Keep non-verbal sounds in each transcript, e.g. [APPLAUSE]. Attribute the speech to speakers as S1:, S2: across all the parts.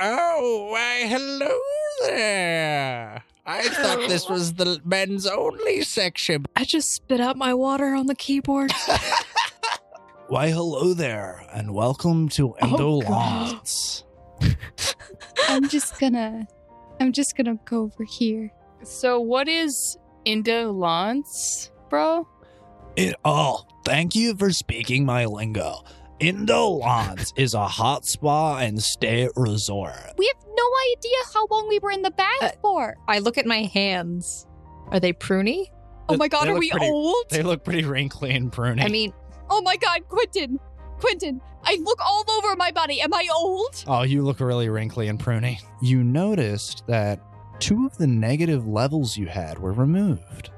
S1: Oh, why, hello there. I thought this was the men's only section.
S2: I just spit out my water on the keyboard.
S3: Why, hello there, and welcome to
S2: Oh,
S3: Endolance.
S4: [LAUGHS] I'm just gonna, I'm just gonna go over here.
S5: So what is Indolence, bro?
S3: it all. Thank you for speaking my lingo. Indolance is a hot spa and stay resort.
S4: We have no idea how long we were in the bath
S2: Uh,
S4: for.
S2: I look at my hands. Are they pruny?
S3: They-
S2: Oh my god,
S3: they
S2: are
S3: look
S2: we
S3: pretty-
S2: old?
S3: They look pretty wrinkly and pruny.
S2: I mean,
S4: Oh my god, Quentin, Quentin, I look all over my body. Am I old?
S3: Oh, you look really wrinkly and pruny. You noticed that two of the negative levels you had were removed.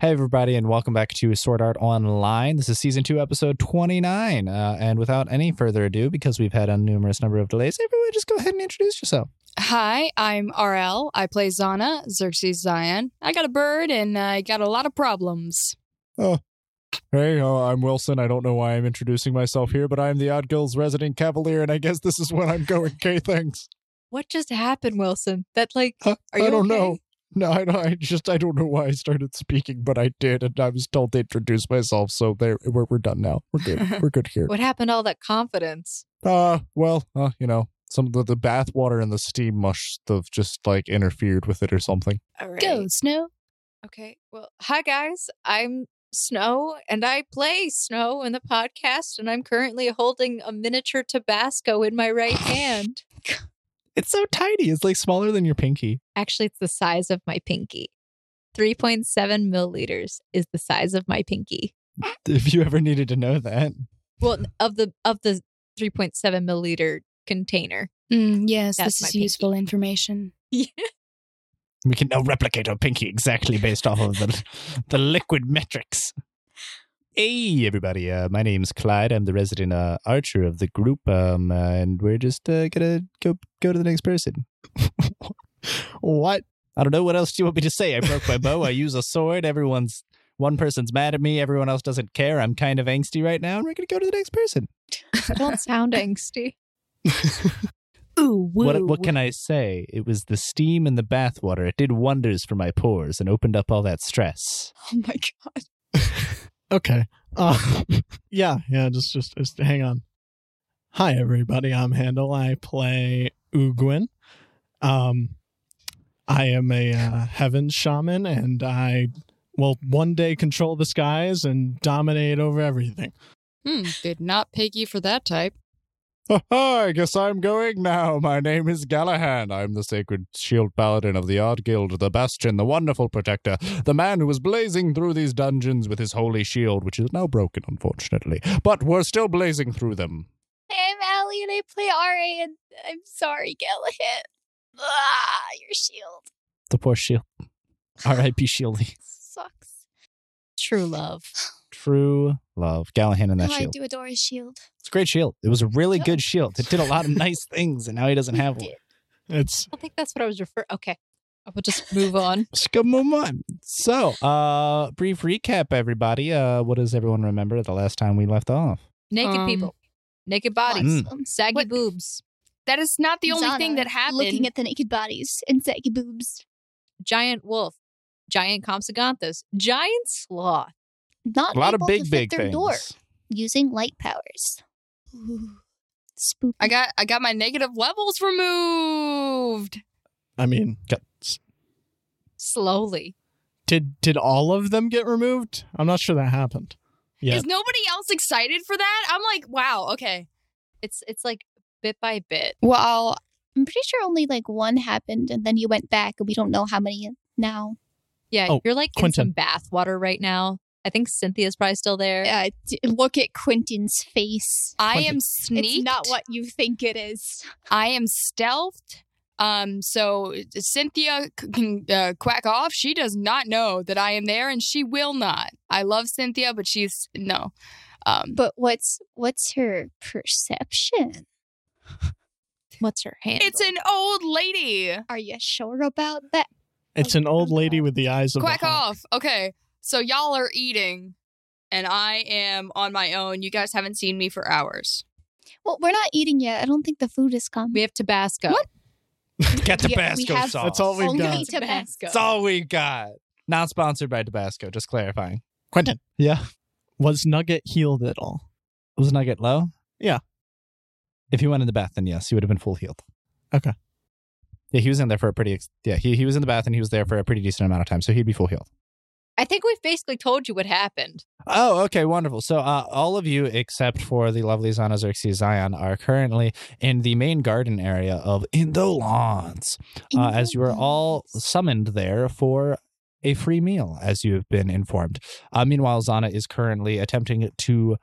S3: Hey, everybody, and welcome back to Sword Art Online. This is season two, episode 29. Uh, and without any further ado, because we've had a numerous number of delays, everyone just go ahead and introduce yourself.
S5: Hi, I'm RL. I play Zana, Xerxes Zion. I got a bird and I got a lot of problems.
S3: Hey, uh, I'm Wilson. I don't know why I'm introducing myself here, but I'm the Odd Guild's resident cavalier, and I guess this is when I'm going K things.
S2: what just happened, Wilson? That like,
S3: Huh?
S2: are you
S3: I don't
S2: okay?
S3: know. No, I, don't- I just I don't know why I started speaking, but I did, and I was told to introduce myself. So there, we're, we're done now. We're [LAUGHS] good. We're good here.
S2: What happened? to All that confidence.
S3: Uh well, uh, you know, some the, the bath water and the steam must have just like interfered with it or something.
S2: All right.
S5: Go, Snow.
S2: Okay. Well, hi guys. I'm Snow and I play Snow in the podcast and I'm currently holding a miniature Tabasco in my right hand.
S3: It's so tiny. It's like smaller than your pinky.
S2: Actually, it's the size of my pinky. 3.7 milliliters is the size of my pinky.
S3: If you ever needed to know that.
S2: Well, of the of the 3.7 milliliter [LAUGHS] container.
S4: Mm, yes,
S2: That's my
S4: this is
S2: pinky.
S4: useful information.
S3: We can now replicate our pinky exactly based off of the, the liquid metrics. Hey, everybody. Uh, my name's Clyde. I'm the resident uh, archer of the group, um, uh, and we're just uh, going to go go to the next person. what? I don't know. What else do you want me to say? I broke my bow. I use a sword. Everyone's. One person's mad at me. Everyone else doesn't care. I'm kind of angsty right now, and we're going to go to the next person.
S2: Don't [LAUGHS] sound angsty.
S5: Ooh, woo.
S3: What, what can I say? It was the steam and the bathwater. It did wonders for my pores and opened up all that stress.
S2: Oh my god.
S6: Okay. Uh, [LAUGHS] yeah, yeah, just, just just hang on. Hi everybody, I'm Handel. I play Ugwin. Um I am a uh, heaven shaman and I will one day control the skies and dominate over everything.
S5: Hmm, did not pig you for that type.
S3: I guess I'm going now. My name is Galahan. I'm the sacred shield paladin of the Art Guild, the Bastion, the wonderful protector, the man who was blazing through these dungeons with his holy shield, which is now broken, unfortunately. But we're still blazing through them.
S4: I'm Allie and I play RA and I'm sorry, Gallahan. Ah, your shield
S3: The poor shield. R.I.P. Shieldy.
S4: sucks.
S2: True love.
S3: True love. Galahan and that
S4: oh, I
S3: shield.
S4: do adore his shield.
S3: It's a great shield. It was a really
S4: Yeah.
S3: good shield. It did a
S4: [LAUGHS]
S3: lot of nice things, and now he doesn't have one.
S6: It's
S2: I think that's what I was referring. Okay. I will just move [LAUGHS] on.
S3: Skamoomon. So, uh, brief recap, everybody. Uh, what does everyone remember the last time we left off?
S2: Naked
S5: Um,
S2: people. Naked bodies.
S3: Mm.
S2: Saggy
S5: What-
S2: boobs.
S5: That is not the only
S4: Zana,
S5: thing that happened.
S4: Looking at the naked bodies and saggy boobs.
S2: Giant wolf. Giant compsoganthus. Giant sloth.
S4: Not
S3: A lot of
S4: able to
S3: big,
S4: fit
S3: big
S4: their
S3: things.
S4: Door using light powers. Ooh, spooky.
S5: I got I got my negative levels removed.
S6: I mean,
S2: Slowly.
S6: Did did all of them get removed? I'm not sure that happened. Yeah.
S5: Is nobody else excited for that? I'm like, wow, okay.
S2: It's it's like bit by bit.
S4: Well, I'm pretty sure only like one happened, and then you went back, and we don't know how many now.
S2: Yeah,
S6: Oh,
S2: you're like in some bathwater right now. I think Cynthia's probably still there.
S4: Uh, d- look at Quentin's face.
S5: I
S6: Quentin.
S5: am sneaked.
S4: It's not what you think it is.
S5: I am stealthed. Um, so Cynthia c- can uh, quack off. She does not know that I am there, and she will not. I love Cynthia, but she's no. Um,
S4: But what's what's her perception?
S2: What's her hand?
S5: it's an old lady.
S4: Are you sure about that?
S6: It's an old lady with the eyes of a
S5: Quack
S6: hawk.
S5: off. Okay, so y'all are eating, and I am on my own. You guys haven't seen me for hours.
S4: Well, we're not eating yet. I don't think the food has come.
S2: we have Tabasco.
S5: What?
S3: Get
S4: Yeah, we
S3: Tabasco
S4: have-
S3: sauce.
S6: That's all we've
S4: Only
S6: got.
S4: Tabasco.
S3: That's all we got. Not sponsored by Tabasco. Just clarifying.
S6: Quentin,
S3: Yeah.
S6: was Nugget healed at all?
S3: Was Nugget low?
S6: Yeah.
S3: If he went in the bath, then yes, he would have been full healed.
S6: Okay.
S3: Yeah, he was in there for a pretty. Ex- yeah, he he was in the bath and he was there for a pretty decent amount of time, so he'd be full healed.
S2: I think we've basically told you what happened.
S3: Oh, okay, wonderful. So, uh, all of you except for the lovely Zana Xerxes Zion are currently in the main garden area of Indolence, uh, as you are all summoned there for a free meal, as you have been informed. Uh, meanwhile, Zana is currently attempting to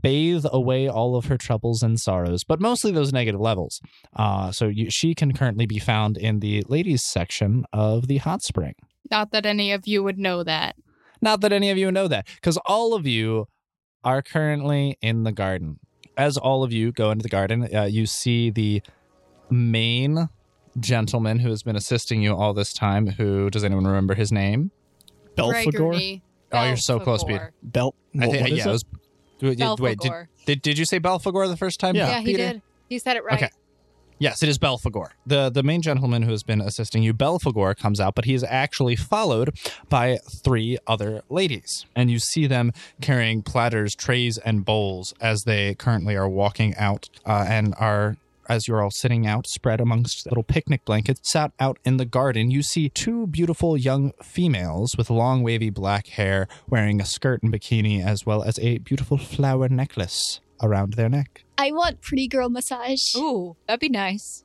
S3: bathe away all of her troubles and sorrows, but mostly those negative levels. Uh, so, you, she can currently be found in the ladies' section of the hot spring.
S5: Not that any of you would know that.
S3: Not that any of you know that, because all of you are currently in the garden. As all of you go into the garden, uh, you see the main gentleman who has been assisting you all this time. Who does anyone remember his name?
S6: Belfagor?
S5: Gregory
S3: Oh, you're so close, Peter.
S6: Bel
S3: I
S6: what,
S3: think- uh,
S6: what is
S3: yeah,
S6: it?
S3: was- wait, did- wait, did,
S2: Belphegor.
S3: did, did you say Belphegor the first time?
S6: Yeah.
S2: yeah, he
S3: Peter?
S2: did. He said it right.
S3: Okay. Yes, it is Belphegor. The the main gentleman who has been assisting you, Belphegor, comes out, but he is actually followed by three other ladies. And you see them carrying platters, trays, and bowls as they currently are walking out uh, and are as you're all sitting out, spread amongst little picnic blankets, sat out in the garden, you see two beautiful young females with long, wavy black hair, wearing a skirt and bikini, as well as a beautiful flower necklace around their neck.
S4: I want pretty girl massage.
S2: Ooh, that'd be nice.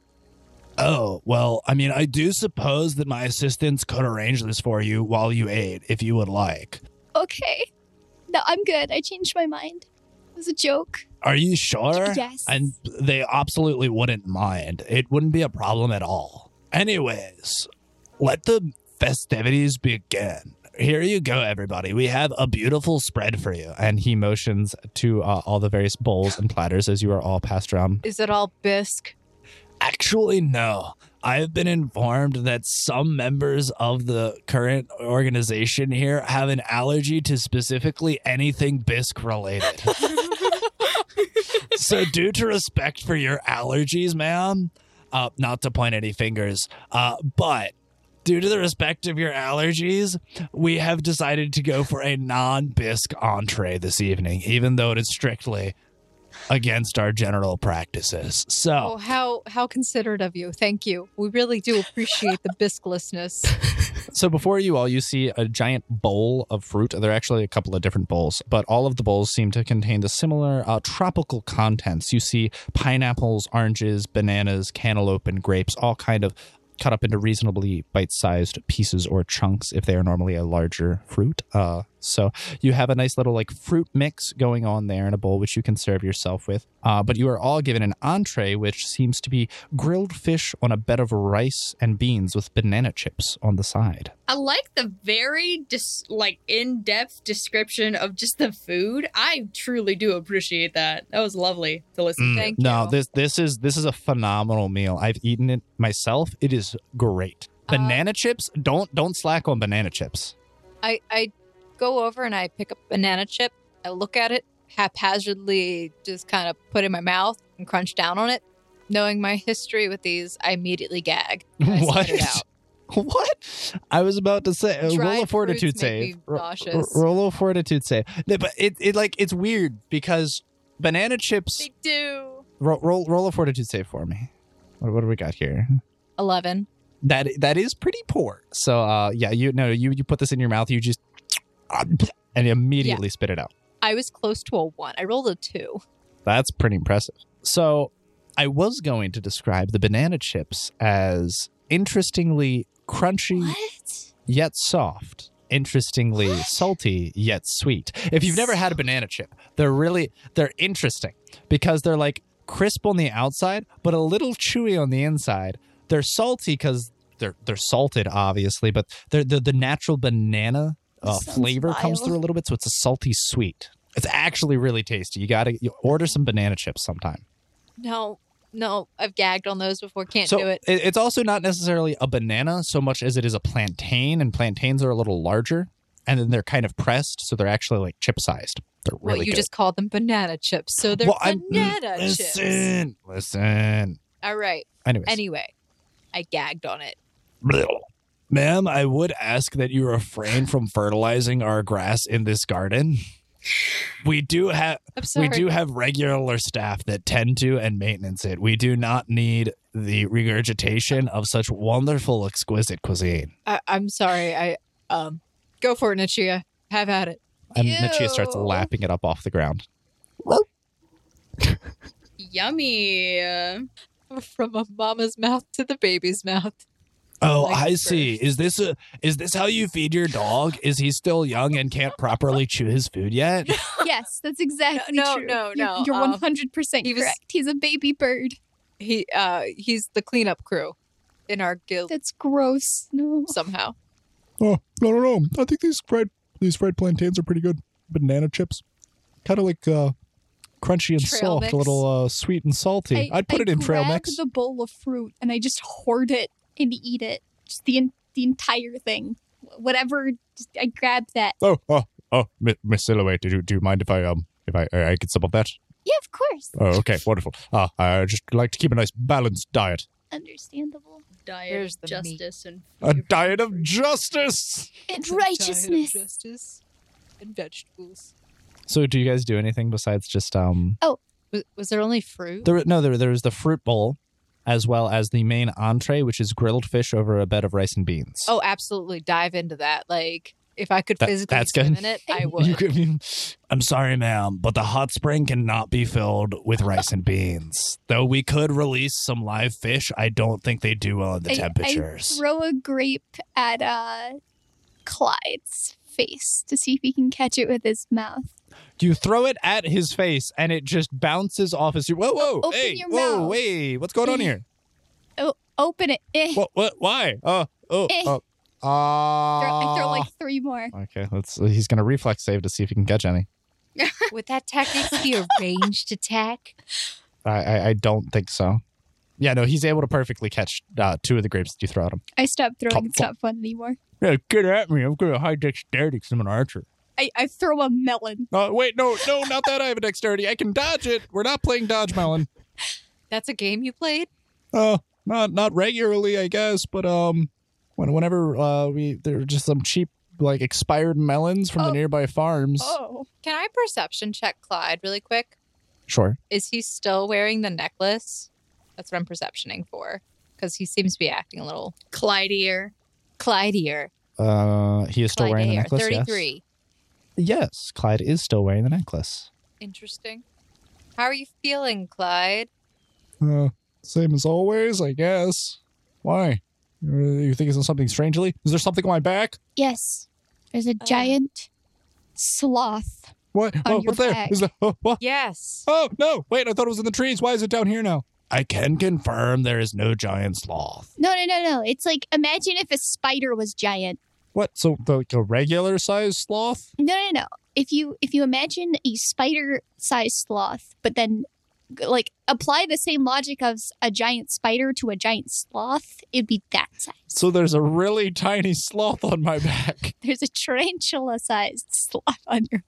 S3: Oh, well, I mean, I do suppose that my assistants could arrange this for you while you ate, if you would like.
S4: Okay. No, I'm good. I changed my mind. It was a joke.
S3: Are you sure?
S4: Yes.
S3: And they absolutely wouldn't mind. It wouldn't be a problem at all. Anyways, let the festivities begin. Here you go, everybody. We have a beautiful spread for you. And he motions to uh, all the various bowls and platters as you are all passed around
S2: Is it all bisque?
S3: Actually, no. I have been informed that some members of the current organization here have an allergy to specifically anything bisque related. so, due to respect for your allergies, ma'am, uh, not to point any fingers, uh, but due to the respect of your allergies, we have decided to go for a non bisque entree this evening, even though it is strictly against our general practices. So.
S2: Oh, how how considerate of you. Thank you. We really do
S3: [LAUGHS]
S2: appreciate the bisquelessness.
S3: So before you all, you see a giant bowl of fruit. There are actually a couple of different bowls, but all of the bowls seem to contain the similar uh, tropical contents. You see pineapples, oranges, bananas, cantaloupe, and grapes, all kind of cut up into reasonably bite-sized pieces or chunks if they are normally a larger fruit. Uh, so you have a nice little like fruit mix going on there in a bowl, which you can serve yourself with. Uh, but you are all given an entree, which seems to be grilled fish on a bed of rice and beans with banana chips on the side.
S5: I like the very dis- like in-depth description of just the food. I truly do appreciate that. That was lovely to listen.
S3: Mm,
S5: to.
S2: Thank
S3: no,
S2: you.
S3: this this is this is a phenomenal meal. I've eaten it myself. It is great.
S2: Uh-huh.
S3: Banana chips? Don't don't slack on banana chips.
S2: I I go over and I pick up a banana chip. I look at it haphazardly, just kind of put it in my mouth and crunch down on it. Knowing my history with these, I immediately
S3: [LAUGHS]
S2: gag. I spit
S3: What?
S2: it out.
S3: What? I was about to say uh, roll
S2: Dried
S3: a fortitude
S2: fruits make me
S3: save. Ro-
S2: nauseous.
S3: roll a fortitude save. No, but it, it like it's weird because banana chips.
S2: They do.
S3: Ro- roll roll a fortitude save for me. What, what do we got here?
S2: Eleven.
S3: That that is pretty poor. So uh, yeah, you no, you you put this in your mouth, you just and immediately spit it out.
S2: I was close to a one. I rolled a two.
S3: That's pretty impressive. So, I was going to describe the banana chips as interestingly crunchy
S4: What?
S3: yet soft, interestingly salty yet sweet. If you've never had a banana chip, they're really they're interesting because they're like crisp on the outside but a little chewy on the inside. They're salty cuz they're they're salted obviously, but they're, they the natural banana uh,
S4: Sounds
S3: flavor comes
S4: vile.
S3: through a little bit so it's a salty sweet. It's actually really tasty. You got to order some banana chips sometime.
S2: No, no, I've gagged on those before. Can't
S3: so
S2: do it.
S3: It's also not necessarily a banana so much as it is a plantain, and plantains are a little larger, and then they're kind of pressed, so they're actually like chip sized. They're
S2: Well,
S3: really
S2: you
S3: good.
S2: just called them banana chips, so they're
S3: Well, I'm-
S2: banana chips.
S3: listen, listen.
S2: All right.
S3: Anyways,
S2: Anyway, I gagged on it.
S3: ma'am, I would ask that you refrain from fertilizing our grass in this garden. We do have
S2: I'm sorry.
S3: we do have regular staff that tend to and maintenance it. We do not need the regurgitation of such wonderful, exquisite cuisine.
S2: I- I'm sorry. I um, go for it, Nichia. Have at it. [LAUGHS]
S3: And Nichia starts
S5: Ew.
S3: lapping it up off the ground.
S5: Yummy.
S2: From a mama's mouth to the baby's mouth.
S3: Oh,
S2: Like
S3: I see. Is this a, is this how you feed your dog? Is he still young and can't properly chew his food [LAUGHS] yet?
S4: Yes, that's exactly
S2: No,
S4: true.
S2: no,
S4: You're-
S2: no,
S4: You're
S2: um,
S4: one hundred percent
S2: he was-
S4: correct. He's a baby bird.
S2: He uh, he's the cleanup crew in our guild
S4: That's gross. No.
S2: somehow.
S6: Oh, no, no, no. I think these fried these fried plantains are pretty good. Banana chips. Kind of like uh,
S3: Crunchy and
S2: Trail
S3: soft,
S2: mix.
S3: a little uh, sweet and salty.
S4: I,
S3: I'd put
S4: I
S3: it in trail
S4: grab
S3: mix.
S4: The bowl of fruit, and I just hoard it and eat it. Just the en- the entire thing, Wh- whatever. Just, I grab that.
S3: Oh, oh, oh, Mi- Miss Silhouette, do you do you mind if I um if I I I get some of that?
S4: Yeah, of course.
S3: Oh, okay, [LAUGHS] wonderful. Uh, I just like to keep a nice balanced diet.
S4: Understandable.
S7: Diet,
S2: There's the meat.
S7: justice, and
S3: A diet of justice.
S4: And
S2: Diet of
S4: righteousness.
S2: justice, and vegetables.
S3: So, do you guys do anything besides just um
S2: Was, was there only fruit?
S3: There, no, there, there was the fruit bowl, as well as the main entree, which is grilled fish over a bed of rice and beans. [LAUGHS]
S2: oh, absolutely. Dive into that. Like if I could
S3: That-
S2: physically
S3: that's
S2: swim
S3: good.
S2: in it,
S3: [LAUGHS]
S2: I would.
S3: I'm sorry, ma'am, but the hot spring cannot be filled with rice and beans. Though we could release some live fish, I don't think they do well at the
S4: I- I
S3: temperatures.
S4: Throw a grape at uh, Clyde's face to see if he can catch it with his mouth.
S3: you throw it at his face, and it just bounces off his. Whoa, whoa,
S4: open
S3: hey,
S4: your
S3: whoa,
S4: mouth.
S3: wait, what's
S4: [LAUGHS]
S3: going on here?
S4: Open it. [LAUGHS] Eh.
S3: what, what, why? Uh, oh,
S4: Eh.
S3: oh,
S4: Throw- I throw
S3: ah.
S4: like three more.
S3: Okay, let's. He's gonna reflex save to see if he can catch any.
S2: Would that technically be a ranged attack?
S3: I, I, I don't think so. Yeah, no, he's able to perfectly catch uh, two of the grapes that you throw at him.
S4: I stopped throwing.
S3: Top,
S4: It's
S3: top.
S4: not fun anymore.
S3: Yeah, get at me. I'm good at high dexterity because I'm an archer.
S4: I, I throw a melon.
S3: Uh, wait, no, no, not that. I have a dexterity. I can dodge it. We're not playing dodge melon.
S2: That's a game you played?
S3: Uh, not not regularly, I guess, but um, when, whenever uh, we there were just some cheap like expired melons from
S4: Oh.
S3: the nearby farms.
S4: Oh.
S2: Can I perception check Clyde really quick?
S3: Sure.
S2: Is he still wearing the necklace? That's what I'm perceptioning for. Because he seems to be acting a little
S7: Clydeer.
S2: Clydeier.
S3: Uh, he is still wearing the necklace.
S2: Clydeier,
S3: yes?
S2: 33.
S3: yes, Clyde is still wearing the necklace.
S2: Interesting. How are you feeling, Clyde?
S3: Uh, same as always, I guess. Why? Uh, You you thinking of something strangely? Is there something on my back?
S4: Yes. There's a
S2: Uh.
S4: giant sloth.
S3: What? oh,
S4: your
S3: what's there?
S4: back.
S3: Is there? Oh, what?
S2: Yes.
S3: Oh, no! Wait, I thought it was in the trees. Why is it down here now? I can confirm there is no giant sloth.
S4: No, no, no, no. It's like imagine if a spider was giant.
S3: What? So the, like a regular sized sloth?
S4: No, no, no. If you if you imagine a spider-sized sloth, but then like apply the same logic of s- a giant spider to a giant sloth, it'd be that size. [LAUGHS]
S3: So there's a really tiny sloth on my back.
S4: There's a tarantula-sized [LAUGHS] sloth on your.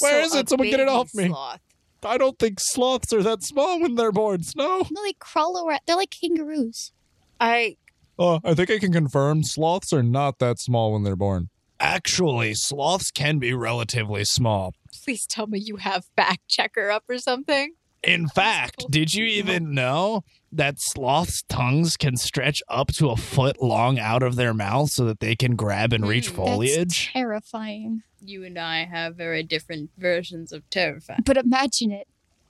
S3: Where
S2: Where
S3: is
S2: is
S3: it? Someone get it off me.
S2: Sloth.
S3: I don't think sloths are that small when they're born. No.
S4: No, they crawl around. They're like kangaroos.
S2: I
S3: Uh, I think I can confirm sloths are not that small when they're born. Actually, sloths can be relatively small.
S2: please tell me you have fact checker up or something.
S3: In fact, did you even know that sloths' tongues can stretch up to a foot long out of their mouth so that they can grab and reach
S5: Hmm, that's
S3: foliage.
S4: Terrifying.
S7: You and I have very different versions of terrifying.
S4: But imagine it.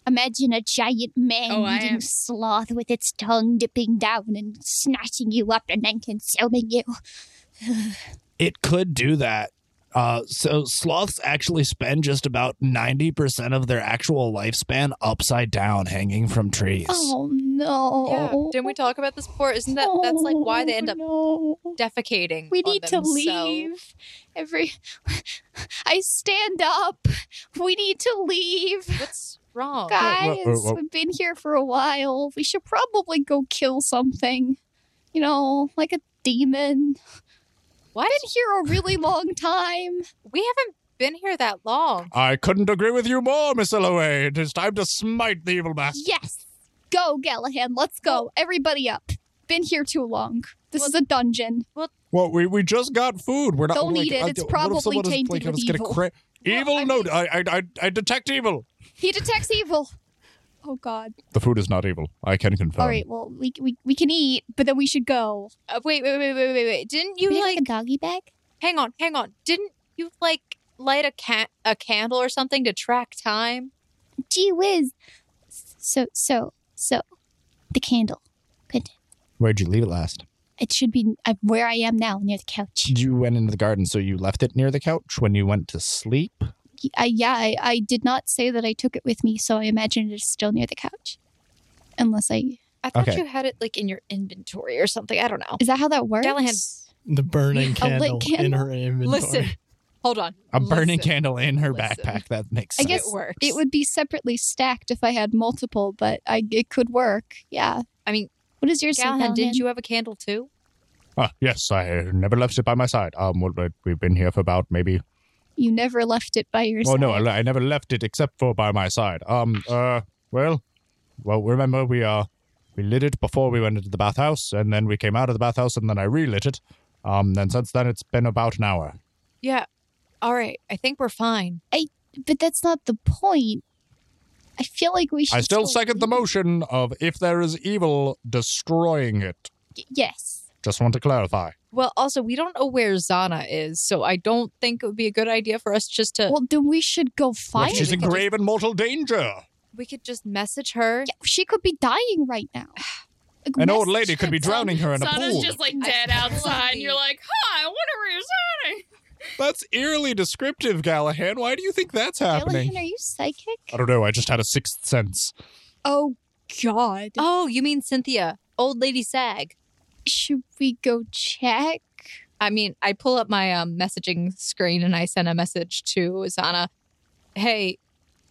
S4: Imagine a giant man
S7: Oh, I
S4: eating
S7: am-
S4: sloth with its tongue dipping down and snatching you up and then consuming you.
S3: It could do that. Uh, so sloths actually spend just about 90% of their actual lifespan upside down hanging from trees.
S4: Oh no.
S2: Yeah. Didn't we talk about this before? Isn't that that's like why they end up
S4: Oh, no.
S2: defecating?
S4: We
S2: on
S4: need to
S2: them, so-
S4: leave. Every [LAUGHS] I stand up. We need to leave.
S2: What's wrong?
S4: Guys,
S3: whoa, whoa.
S4: we've been here for a while. We should probably go kill something. You know, like a demon.
S2: What?
S4: I've been here a really long time.
S2: We haven't been here that long.
S3: I couldn't agree with you more, Miss Illoway. It is time to smite the evil bastard.
S4: Yes. Go, Gallahan. Let's go. Everybody up. Been here too long. This is a dungeon.
S3: Well, we, we just got food. We're not
S4: Don't
S3: like,
S4: eat it.
S3: I-
S4: It's
S3: what if someone
S4: probably
S3: is,
S4: tainted
S3: I
S4: with
S3: was gonna
S4: evil.
S3: cra- evil?
S2: I
S3: no,
S2: mean-
S3: I, I I I detect evil.
S4: He detects evil. Oh God!
S3: The food is not evil. I can confirm.
S4: All right, well, we, we we can eat, but then we should go.
S2: Uh, wait, wait, wait, wait, wait, wait. Didn't you like?
S4: doggy bag?
S2: Hang on, hang on. Didn't you like light a can a candle or something to track time?
S4: Gee whiz! So so so, the candle.
S3: Where'd you leave it last?
S4: It should be uh, where I am now, near the couch.
S3: You went into the garden, so you left it near the couch when you went to sleep.
S4: I, yeah, I, I did not say that I took it with me, so I imagine it's still near the couch. Unless I
S2: I thought
S3: Okay.
S2: you had it like in your inventory or something. I don't know.
S4: is that how that works?
S2: Gallahan.
S6: The burning
S4: A lit
S6: candle, in her inventory.
S2: Listen, hold on.
S3: A burning
S2: Listen.
S3: candle in her
S2: Listen.
S3: backpack. That makes
S4: I
S3: sense.
S4: guess
S2: It works.
S4: It would be separately stacked if I had multiple, but I it could work. Yeah.
S2: I mean,
S4: What is yours? say,
S2: Gallahan, didn't
S4: Gallahan?
S2: you have a candle too?
S3: Ah, yes, I never left it by my side. Um, what- what- we've been here for about maybe.
S4: You never left it by your
S3: Oh
S4: side.
S3: no, I, I never left it except for by my side. Um, uh, well, well, remember we uh, we lit it before we went into the bathhouse, and then we came out of the bathhouse, and then I relit it. Um, and since then it's been about an hour.
S2: Yeah. All right. I think we're fine.
S4: But that's not the point. I feel like we should.
S3: I still second the motion of if there is evil, destroying it.
S4: Y- Yes.
S3: Just want to clarify.
S2: Well, also, we don't know where Zana is, so I don't think it would be a good idea for us just to.
S4: Well, then we should go find.
S3: Uh, She's
S4: her.
S3: in grave and mortal danger.
S2: we could just message her.
S4: Yeah, she could be dying right now. [SIGHS] Like,
S3: An old
S4: message
S3: lady could be
S4: her.
S3: drowning her in a
S7: Sana's
S3: pool.
S7: just like
S2: I
S7: dead
S2: feel
S7: outside, and
S2: like-
S7: you're like, huh, I wonder where you're Sana.
S3: That's eerily descriptive, Gallahan. Why do you think that's
S4: Gillian, are you
S3: I
S4: psychic?
S3: don't know. I just had a sixth sense.
S4: Oh God.
S3: Uh,
S2: Oh, you mean Cynthia, old lady Sag?
S4: Should we go check?
S2: I mean, I pull up my um, messaging screen and I send a message to Zana. Hey,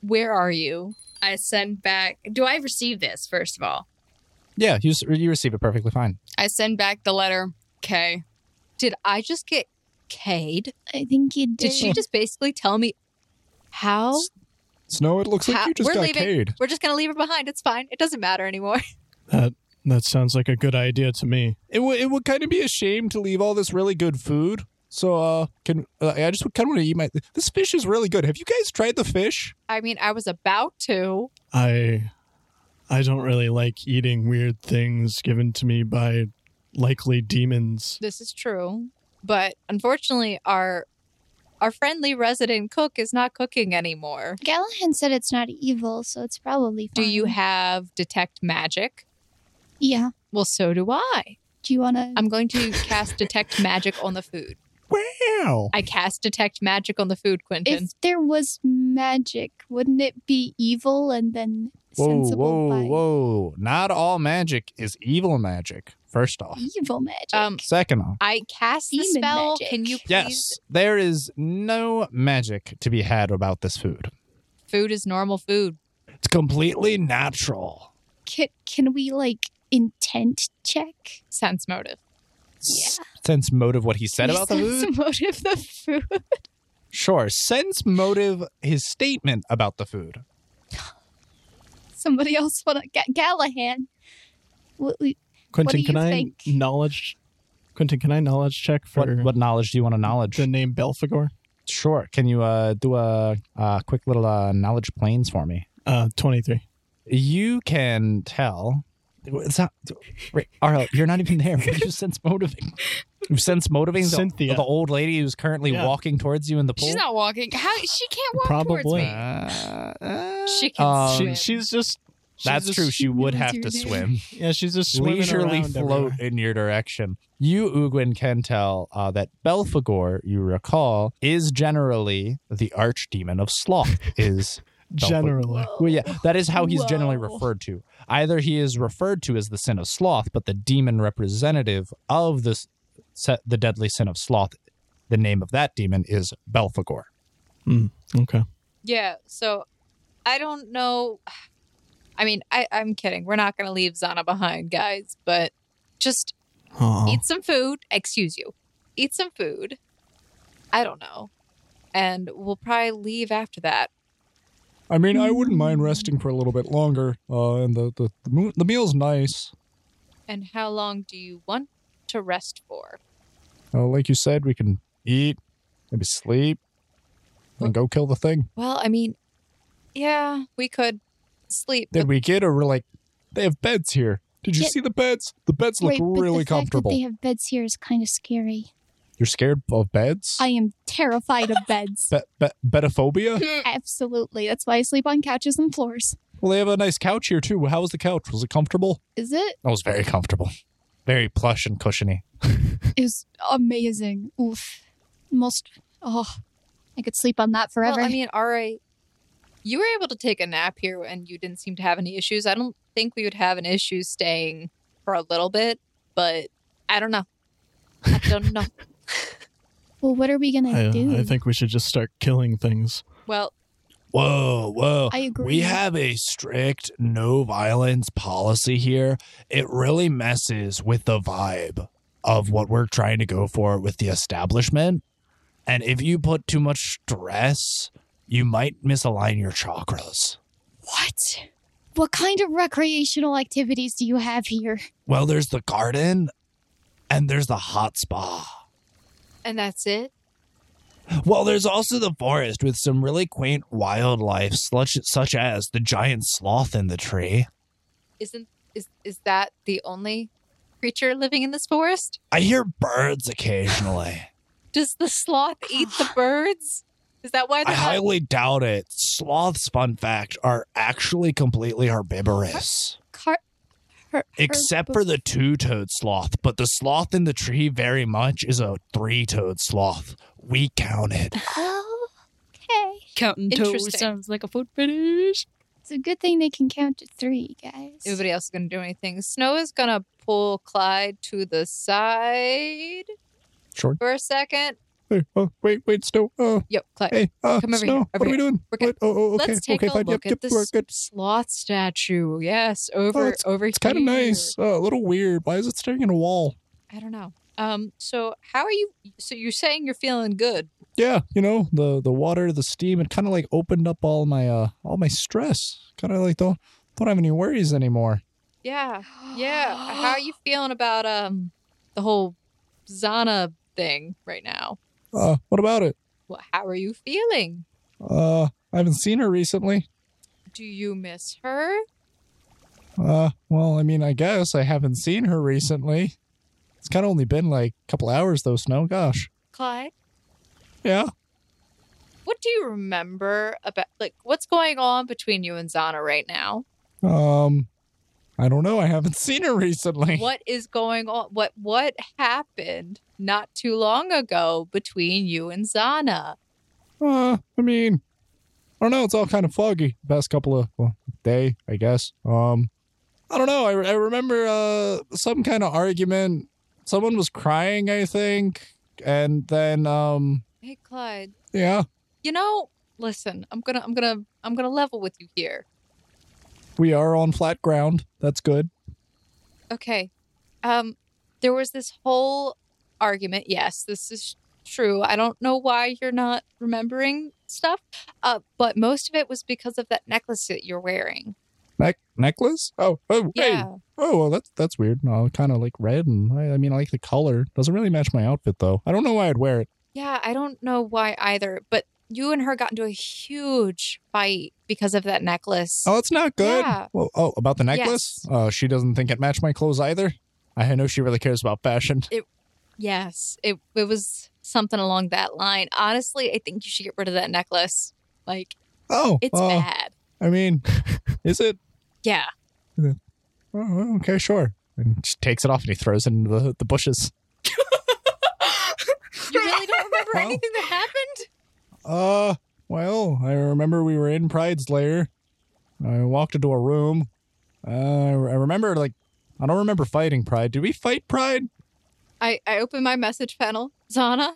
S2: where are you?
S7: I send back. Do I receive this, first of all?
S3: Yeah, you, you receive it perfectly fine.
S5: I send back the letter K.
S2: Did I just get K'd?
S4: I think you did.
S2: Did she just basically tell me how?
S3: Snow, it looks
S2: How- we're leaving. We're just gonna leave her behind. It's fine. It doesn't matter anymore. [LAUGHS]
S6: That sounds like a good idea to me.
S3: It, w- it would kind of be a shame to leave all this really good food. So, uh, can uh, I just kind of want to eat my. This fish is really good. Have you guys tried the fish?
S2: I mean, I was about to.
S6: I I don't really like eating weird things given to me by likely demons.
S2: This is true, but unfortunately, our our friendly resident cook is not cooking anymore.
S4: Gallahan said it's not evil, so it's probably.
S2: Do you
S4: fine.
S2: have detect magic?
S4: Yeah.
S2: Well, so do I.
S4: Do you want to?
S2: I'm going [LAUGHS] to cast detect magic on the food.
S3: Wow.
S2: I cast detect magic on the food, Quentin.
S4: If there was magic, wouldn't it be evil and then
S3: Whoa, whoa,
S4: sensible by
S3: whoa. Not all magic is evil magic, first off.
S4: evil magic?
S2: Um,
S3: Second off,
S2: I cast the
S4: Demon
S2: spell.
S4: magic.
S2: Can you please?
S3: yes, there is no magic to be had about this food.
S2: Food is normal food.
S3: It's completely natural.
S4: can, can we like intent check?
S2: Sense motive.
S3: S- Sense motive, what he said about the food?
S4: [LAUGHS] Sense motive the food.
S3: Sure. Sense motive, his statement about the food.
S4: Somebody else want to get Gallahan? What we,
S6: Quentin,
S4: do
S6: can
S4: you
S6: I
S4: think?
S6: knowledge? Quentin, can I knowledge check for
S3: What, what knowledge do you want to knowledge?
S6: the name Belphegor?
S3: Sure. Can you uh, do a, uh quick little uh, knowledge planes for me?
S6: Uh, twenty-three.
S3: You can tell It's not. Wait, Arlo, you're not even there. You sense motivating. You sense motivating the-
S6: Cynthia.
S3: the, old lady who's currently
S6: Yeah.
S3: walking towards you in the pool.
S5: She's not walking. How she can't walk towards
S6: Probably.
S5: me.
S3: Uh, uh,
S2: She can
S3: um,
S6: She,
S2: swim.
S6: she's just. she's
S3: That's
S6: just-
S3: true. She would
S4: knows
S3: have
S4: your
S3: to
S4: name.
S3: swim.
S6: Yeah, she's just [LAUGHS] swimming
S3: leisurely
S6: around
S3: float
S6: everywhere.
S3: in your direction. You, Ugwin, can tell uh, that Belphegor, you recall, is generally the archdemon of sloth. Is
S6: Generally,
S3: well, yeah, that is how he's generally referred to. Either he is referred to as the sin of sloth, but the demon representative of this se- the deadly sin of sloth, the name of that demon is Belphegor.
S6: okay.
S2: Yeah, so I don't know. I mean, I, I'm kidding. We're not going to leave Zana behind, guys, but just
S6: Oh,
S2: eat some food. Excuse you. Eat some food. I don't know. And we'll probably leave after that.
S3: I mean, I wouldn't mind resting for a little bit longer, uh, and the the, the, mo- the meal's nice.
S2: And how long do you want to rest for?
S3: Uh, like you said, we can eat, maybe sleep, and go kill the thing.
S2: Well, I mean, yeah, we could sleep.
S3: Did we get or we're like, they have beds here. Did you
S4: Yeah.
S3: see the beds? The beds look
S4: Wait, but the
S3: really
S4: fact that
S3: comfortable.
S4: they have beds here is kind of scary.
S3: You're scared of beds?
S4: I am terrified of beds.
S3: [LAUGHS] Be- be- bedophobia?
S4: Absolutely. That's why I sleep on couches and floors.
S3: well, they have a nice couch here too. How was the couch? Was it comfortable?
S4: Is it?
S3: It was very comfortable, very plush and cushiony.
S4: Is amazing. Oof. Most. Oh, I could sleep on that forever.
S2: Well, I mean, all right. You were able to take a nap here and you didn't seem to have any issues. I don't think we would have an issue staying for a little bit, but I don't know. I don't know.
S4: well, what are we gonna
S6: I,
S4: do?
S6: I think we should just start killing things.
S2: Well,
S3: Whoa, whoa.
S4: I agree.
S3: We have a strict no violence policy here. It really messes with the vibe of what we're trying to go for with the establishment. And if you put too much stress, you might misalign your chakras.
S4: What? What kind of recreational activities do you have here?
S3: Well, there's the garden and there's the hot spa.
S2: and that's it.
S3: Well, there's also the forest with some really quaint wildlife, such, such as the giant sloth in the tree.
S2: Isn't is is that the only creature living in this forest?
S3: I hear birds occasionally.
S2: [LAUGHS] Does the sloth eat the birds? Is that why
S3: I
S2: they're not?
S3: highly doubt it. Sloths, fun fact, are actually completely
S2: [LAUGHS]
S3: herbivorous,
S4: Car- her-
S3: except for the two toed sloth. But the sloth in the tree very much is a three toed sloth. We
S2: [LAUGHS]
S3: counted.
S4: Oh, okay.
S7: Counting toes
S2: Interesting.
S7: sounds like a foot fetish.
S4: It's a good thing they can count to three, guys.
S2: Nobody else is gonna do anything. Snow is gonna pull Clyde to the side
S3: Sure.
S2: for a second.
S3: Hey, oh, wait, wait, Snow. Oh,
S2: Yep, Clyde.
S3: hey, uh,
S2: Come over here, over here.
S3: doing?
S2: We're good.
S3: oh, oh,
S2: Let's take a look at this sloth statue. Yes, over
S3: it's-
S2: over
S3: kinda
S2: here.
S3: Uh, a little weird. Why is it staring at a wall?
S2: I don't know. Um, so how are you? So you're saying you're feeling good?
S3: Yeah, you know the the water, the steam. It kind of like opened up all my uh all my stress. Kind of like don't don't have any worries anymore.
S2: Yeah, [GASPS] yeah. how are you feeling about um the whole Zana thing right now?
S3: Uh, what about it?
S2: Well, how are you feeling?
S3: Uh, I haven't seen her recently.
S2: Do you miss her?
S3: Uh, well, I mean, I guess I haven't seen her recently. It's kind of only been like a couple hours though, Snow. Gosh.
S2: Clyde,
S3: Yeah.
S2: what do you remember about like what's going on between you and Zana right now?
S3: Um, I don't know. I haven't [LAUGHS] seen her recently.
S2: What is going on? What what happened not too long ago between you and Zana?
S3: Uh, I mean, I don't know. It's all kind of foggy. Best couple of well, day, I guess. Um, I don't know. I, I remember uh some kind of argument. Someone was crying, I think, and then um,
S2: Hey, Clyde.
S3: yeah,
S2: You know, listen. I'm gonna, I'm gonna, I'm gonna level with you here.
S3: we are on flat ground. That's good.
S2: Okay. Um, there was this whole argument. Yes, this is true. I don't know why you're not remembering stuff, uh, but most of it was because of that necklace that you're wearing.
S3: Neck necklace? Oh, oh, hey.
S2: Yeah.
S3: Oh, well, that's that's weird. No, kind of like red, and I, I mean, I like the color. Doesn't really match my outfit though. I don't know why I'd wear it.
S2: Yeah. I don't know why either, but you and her got into a huge fight because of that necklace.
S3: Oh, it's not good.
S2: Yeah.
S3: Well, oh, about the necklace?
S2: Yes.
S3: Oh, she doesn't think it matched my clothes either. I know she really cares about fashion.
S2: Yes, it it was something along that line. Honestly, I think you should get rid of that necklace. Like
S3: Oh,
S2: it's
S3: well,
S2: bad.
S3: I mean, [LAUGHS] is it?
S2: Yeah.
S3: Oh, okay, sure. And she takes it off and he throws it into the, the bushes.
S2: You really don't
S3: [LAUGHS]
S2: remember
S3: Well.
S2: anything that happened?
S3: Uh, well, I remember we were in Pride's lair. I walked into a room. Uh, I remember, like, I don't remember fighting Pride. Did we fight Pride?
S2: I, I opened my message panel. Zana,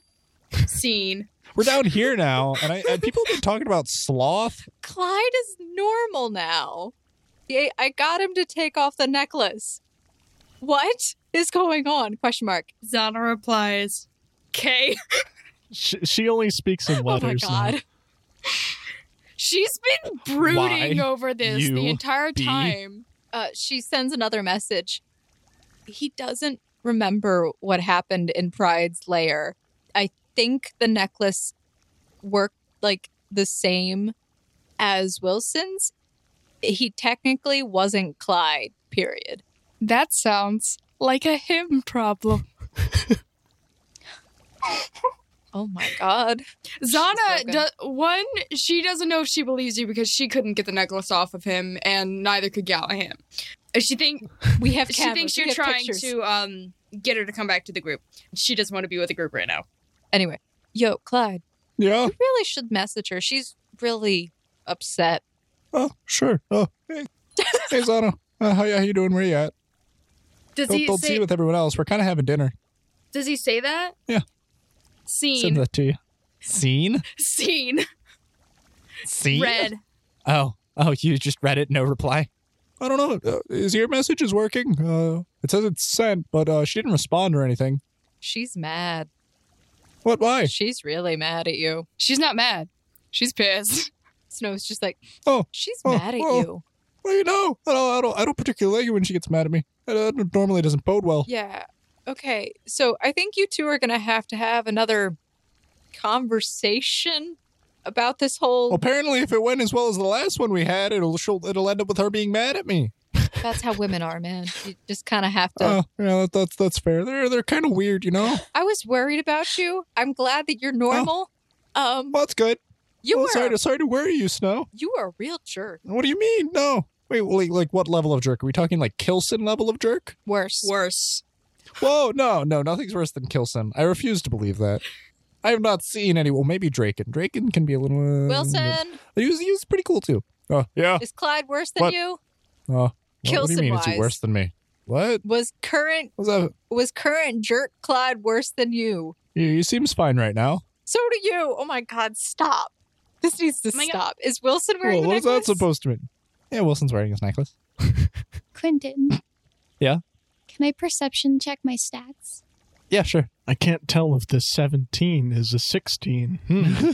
S7: Scene.
S3: We're down here now, and, I, and people have been talking about sloth.
S2: Clyde is normal now. Yeah, I got him to take off the necklace. What is going on? Question mark.
S7: Zana replies, "K."
S6: She, she only speaks in letters.
S2: oh my
S6: now.
S2: god.
S5: [LAUGHS] She's been brooding
S3: Y,
S5: over this
S3: U,
S5: the entire
S3: B.
S5: time.
S2: Uh, she sends another message. He doesn't remember what happened in Pride's lair. I think the necklace worked like the same as Wilson's. He technically wasn't Clyde, period.
S5: That sounds like a him problem.
S2: [LAUGHS] Oh my god.
S5: Zana,
S2: broken.
S5: do, one, she doesn't know if she believes you because she couldn't get the necklace off of him, and neither could Gallahan. She think
S2: We have
S5: she
S2: cameras.
S5: thinks
S2: we
S5: you're
S2: have
S5: trying
S2: pictures.
S5: to um get her to come back to the group.
S7: She doesn't want to be with the group right now.
S2: Anyway, yo, Clyde,
S3: Yeah.
S2: you really should message her. She's really upset.
S3: Oh, sure. Oh, hey, hey, Zana. Uh, how, how you doing? Where you at?
S7: Does
S3: Don't,
S7: he
S3: don't see
S7: say?
S3: you with everyone else. We're kind of having dinner.
S7: Does he say that?
S3: Yeah.
S7: Scene.
S3: Send that to you. Scene?
S7: Scene. [LAUGHS]
S3: Scene?
S7: Red.
S3: Oh, oh, you just read it, no reply. I don't know. Uh, is your message is working? Uh, it says it's sent, but uh, she didn't respond or anything.
S2: She's mad.
S3: What? Why?
S2: She's really mad at you.
S5: She's not mad. She's pissed.
S2: Snow's just like,
S3: Oh,
S2: she's
S3: oh,
S2: mad at
S3: oh.
S2: you.
S3: Well, you know, I don't, I don't, I don't particularly like it when she gets mad at me. It uh, normally doesn't bode well.
S2: Yeah. Okay. So I think you two are going to have to have another conversation about this whole.
S3: Apparently, if it went as well as the last one we had, it'll she'll, it'll end up with her being mad at me.
S2: That's how women are, man. You just kind of have to.
S3: Uh, yeah, that, that's that's fair. They're they're kind of weird, you know.
S2: I was worried about you. I'm glad that you're normal.
S3: [SIGHS]
S2: um,
S3: Well, that's good.
S2: you
S3: Well,
S2: were
S3: Oh. sorry to sorry to worry you, Snow.
S2: you were a real jerk.
S3: What do you mean? No. Wait, like, like what level of jerk? Are we talking like Kilson level of jerk?
S2: Worse.
S7: [LAUGHS] Worse.
S3: Whoa, no, no, nothing's worse than Kilson. I refuse to believe that. I have not seen any. Well, maybe Draken. Draken can be a little. Uh,
S2: Wilson,
S3: He was, he was pretty cool too. Oh, yeah.
S2: is Clyde worse than
S3: What?
S2: you?
S3: Oh, what, what do you
S2: Kilson
S3: mean? Is he
S2: wise.
S3: worse than me? What?
S2: Was current
S3: What's that?
S2: was current jerk Clyde worse than you?
S3: He, he seems fine right now.
S2: So do you. Oh my God! Stop. This needs to
S7: my God.
S2: stop. Is Wilson wearing
S3: Well,
S2: the
S3: what is that
S2: necklace?
S3: supposed to mean? Yeah, Wilson's wearing his necklace.
S4: Quentin.
S3: Yeah?
S4: Can I perception check my stats?
S3: Yeah, sure.
S6: I can't tell if the 17 is a 16. Hmm.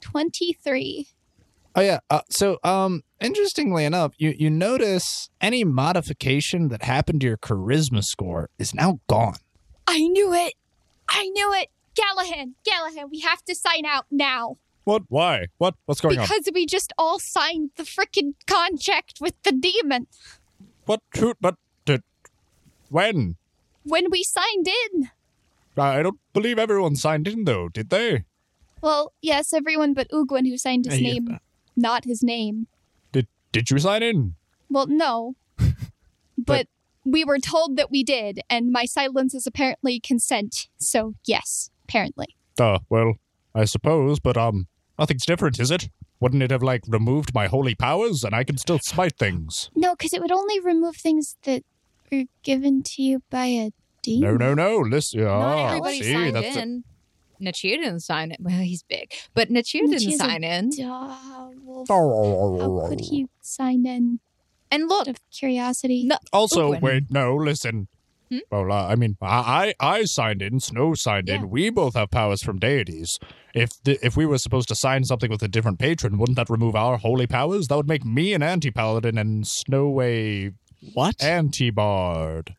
S4: 23.
S3: Oh yeah. Uh, so, um, interestingly enough, you you notice any modification that happened to your charisma score is now gone.
S4: I knew it. I knew it. Gallahan, Gallahan, we have to sign out now.
S3: What? Why? What? What's going on?
S4: Because we just all signed the frickin' contract with the demon
S3: What? Who? But? Did, when?
S4: when we signed in.
S3: I don't believe everyone signed in, though, did they?
S4: Well, yes, everyone but Ugwin who signed his
S6: Hey,
S4: name, not his name.
S3: Did Did you sign in?
S4: Well, no. but we were told that we did, and my silence is apparently consent. So, yes, apparently.
S3: Uh, well, I suppose, but um, nothing's different, is it? Wouldn't it have like removed my holy powers, and I can still smite things?
S4: No, because it would only remove things that were given to you by a
S3: No,
S4: demon.
S3: no, no. Listen,
S2: Not
S3: ah,
S2: everybody
S3: see,
S2: signed
S3: that's [LAUGHS]
S2: in. Nichia didn't sign it. Well, he's big, but Nichia didn't
S4: Nichia's a-
S2: sign in.
S4: Duh, Wolf. How could
S3: A...
S4: he sign in
S2: And look,
S4: out of curiosity?
S2: No.
S3: Also,
S2: Owen.
S3: wait, no, listen.
S2: Hmm?
S3: Well, uh, I mean, I, I I signed in. Snow signed
S2: Yeah.
S3: in. We both have powers from deities. If the, if we were supposed to sign something with a different patron, wouldn't that remove our holy powers? That would make me an anti-paladin and Snow a
S6: What?
S3: Antibard.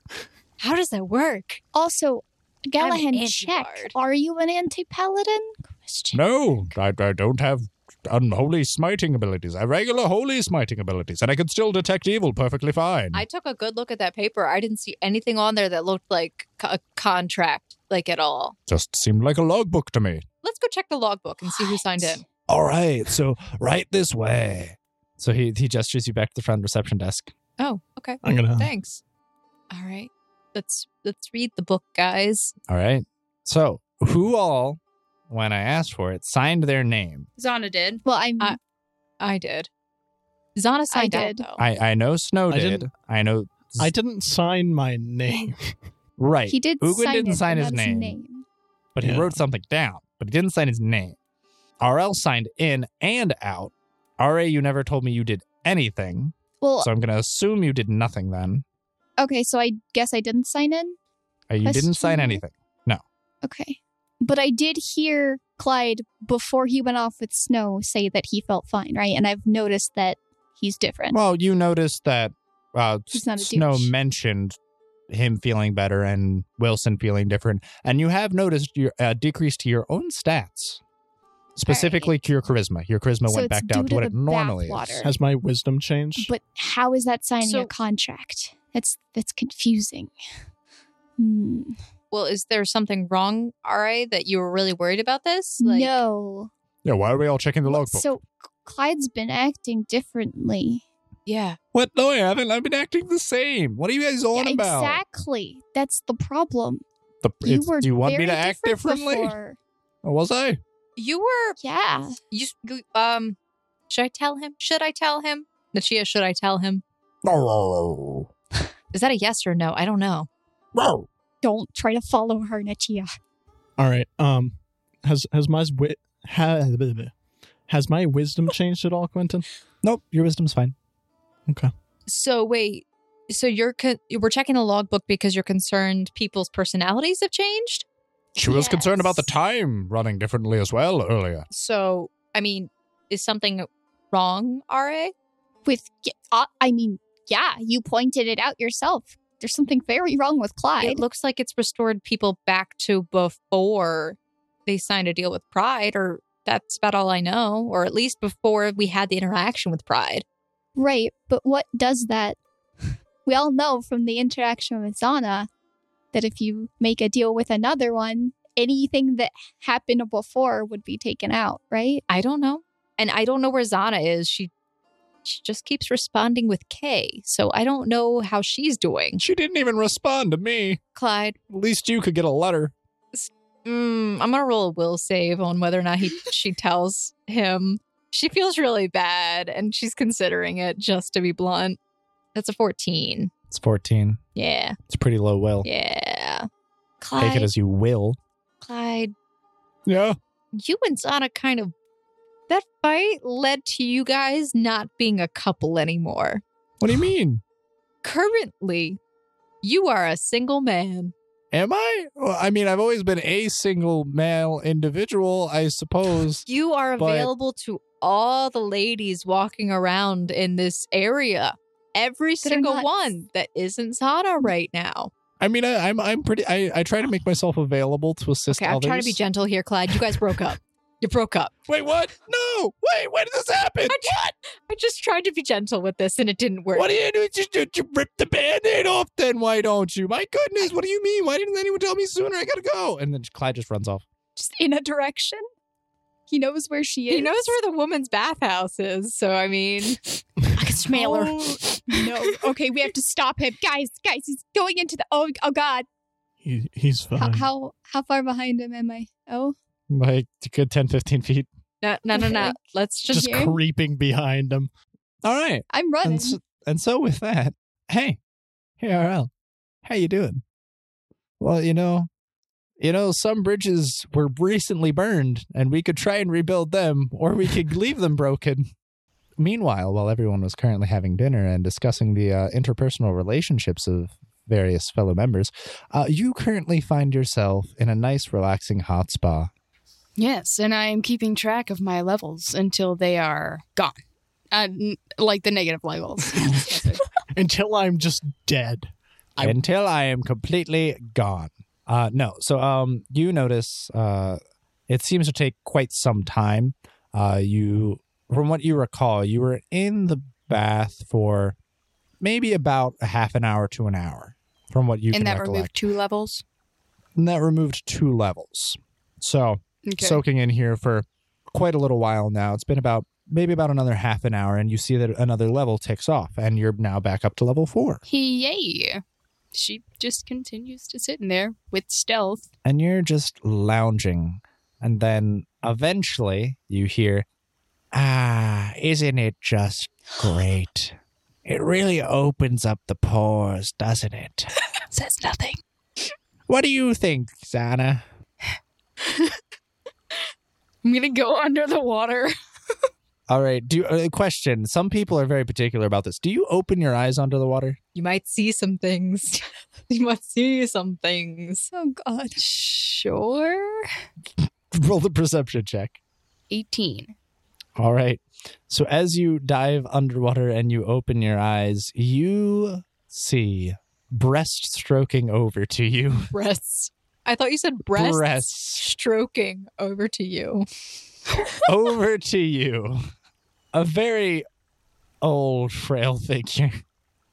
S2: how does that work?
S4: Also, Gallahan, check.
S2: anti-bard.
S4: Are you an anti paladin? question.
S8: No, I, I don't have unholy smiting abilities. I have regular holy smiting abilities, and I can still detect evil perfectly fine.
S2: I took a good look at that paper. I didn't see anything on there that looked like co- a contract, like at all.
S8: Just seemed like a logbook to me.
S2: Let's go check the logbook and see who signed in.
S8: All right, so right this way.
S3: So he, he gestures you back to the front reception desk.
S2: Oh, okay.
S6: I'm gonna.
S2: Thanks. All right. Let's let's read the book, guys.
S3: All right. So who all, when I asked for it, signed their name?
S9: Zana did.
S4: Well, I'm
S2: I- I did. Zana signed
S4: did.
S2: out though.
S3: I, I know Snow
S6: I
S3: did.
S6: didn't-
S3: I, know.
S6: I didn't sign my name.
S3: Right.
S4: he did.
S3: Ugin
S4: sign
S3: didn't
S4: it,
S3: sign
S4: but
S3: his
S4: not
S3: name. but he
S6: Yeah.
S3: wrote something down, but he didn't sign his name. RL signed in and out. RA, you never told me you did anything.
S4: Well,
S3: So I'm going to assume you did nothing then.
S4: okay, so I guess I didn't sign in.
S3: Uh, You didn't sign
S4: Question mark?
S3: anything.
S4: Okay, but I did hear Clyde before he went off with Snow say that he felt fine, right? And I've noticed that he's different.
S3: Well, you noticed that uh,
S4: He's not a
S3: Snow
S4: douche.
S3: mentioned him feeling better and Wilson feeling different. And you have noticed your uh, decrease to your own stats, specifically to your charisma. Your charisma
S4: So
S3: went
S4: it's
S3: back down to
S4: due to
S3: what
S4: the
S3: it normally is.
S4: bathwater.
S6: Has my wisdom changed?
S4: but how is that signing
S2: So-
S4: a contract? That's that's confusing. Hmm.
S2: Well, is there something wrong, RA, that you were really worried about this? Like,
S4: no.
S3: Yeah, why are we all checking the logbook?
S4: So Clyde's been acting differently.
S2: Yeah.
S3: what? No, I haven't. I've been acting the same. What are you guys on
S4: Yeah,
S3: about?
S4: exactly. That's the problem.
S3: The,
S4: You
S3: it's-
S4: were
S3: do you want me
S4: very
S3: to act
S4: different
S3: differently?
S4: before.
S3: Or was I?
S2: You were
S4: Yeah.
S2: you you- um should I tell him? Should I tell him? Nachia, should I tell him?
S3: No.
S2: Is that a yes or no? I don't know.
S3: No.
S4: Don't try to follow her, Natia.
S6: All right. Um, has has my wi- ha- blah, blah, blah. has my wisdom changed at all, Quentin?
S3: Nope. Your wisdom's fine.
S2: So wait, so you're con- you we're checking the logbook because you're concerned people's personalities have changed.
S3: She was concerned about the
S4: Yes.
S3: time running differently as well earlier.
S2: So I mean, is something wrong, Ra?
S4: With, uh, I mean, yeah, you pointed it out yourself. There's something very wrong with Clyde.
S2: It looks like it's restored people back to before they signed a deal with Pride, or that's about all I know, or at least before we had the interaction with Pride.
S4: right, but what does that? [SIGHS] We all know from the interaction with Zana that if you make a deal with another one, anything that happened before would be taken out, right?
S2: I don't know, and I don't know where Zana is. She she just keeps responding with K, so I don't know how she's doing.
S3: She didn't even respond to me.
S2: Clyde,
S3: At least you could get a letter.
S2: mm, I'm gonna roll a will save on whether or not he she tells him. She feels really bad, and she's considering it. Just to be blunt, that's a 14.
S3: It's 14.
S2: Yeah,
S3: It's pretty low will.
S2: yeah. Clyde,
S3: Take it as you will.
S2: Clyde,
S3: Yeah.
S2: you and Zana kind of that fight led to you guys not being a couple anymore.
S3: What do you mean?
S2: Currently, you are a single man.
S3: Am I? Well, I mean, I've always been a single male individual, I suppose.
S2: You are
S3: But-
S2: available to all the ladies walking around in this area. Every
S4: That are
S2: single
S4: not-
S2: one that isn't Zana right now.
S3: I mean, I, I'm I'm pretty. I, I try to make myself available to assist
S2: Okay, I'm
S3: others.
S2: trying to be gentle here, Clyde. You guys broke up. You
S3: [LAUGHS]
S2: broke up.
S3: Wait, what? No! Wait, when did this happen?
S2: I just, I just tried to be gentle with this and it didn't work.
S3: What do you do? You, you, you rip the band-aid off then, why don't you? My goodness, what do you mean? Why didn't anyone tell me sooner? I gotta go. And then Clyde just runs off.
S4: Just in a direction. He knows where she is.
S2: He knows where the woman's bathhouse is, so I mean, Oh,
S4: I can smell her. no. Okay, we have to stop him, guys. Guys, he's going into the. Oh, oh God.
S6: He he's
S4: How,
S6: fine.
S4: how how far behind him am I? Oh,
S3: Like a good 10, 15 feet.
S2: no, no, no, no. Let's just
S6: just
S4: Yeah.
S6: creeping behind him.
S3: All right.
S4: I'm running.
S3: And so, and so with that, hey, hey RL, how you doing? Well, you know, you know, some bridges were recently burned, and we could try and rebuild them, or we could leave them broken. Meanwhile, while everyone was currently having dinner and discussing the uh, interpersonal relationships of various fellow members, uh, you currently find yourself in a nice, relaxing hot spa.
S5: Yes, and I am keeping track of my levels until they are gone. Uh, n- like the negative
S3: [LAUGHS]
S5: levels.
S6: Until I'm just dead. I-
S3: until I am completely gone. Uh, no, so um, you notice uh, It seems to take quite some time. Uh, you, from what you recall, you were in the bath for maybe about a half an hour to an hour. From what you can
S5: and that
S3: recollect,
S5: removed two levels.
S3: and that removed two levels. So
S5: Okay.
S3: soaking in here for quite a little while now. It's been about maybe about another half an hour, and you see that another level ticks off, and you're now back up to level four.
S5: yay. She just continues to sit in there with stealth.
S3: and you're just lounging. And then eventually you hear, Ah, isn't it just great? It really opens up the pores, doesn't it?
S5: Says nothing.
S3: What do you think, Zana?
S5: I'm gonna go [LAUGHS] under the water.
S3: All right, do uh, question. Some people are very particular about this. Do you open your eyes under the water? [LAUGHS]
S2: You might see some things. [LAUGHS] you might see some things.
S4: Oh god.
S5: Sure.
S3: Roll the perception check.
S5: 18.
S3: All right. So as you dive underwater and you open your eyes, you see breast stroking over to you.
S2: Breasts. I thought you said breasts.
S3: Breasts.
S2: Stroking over to you.
S3: over to you a very old, frail figure,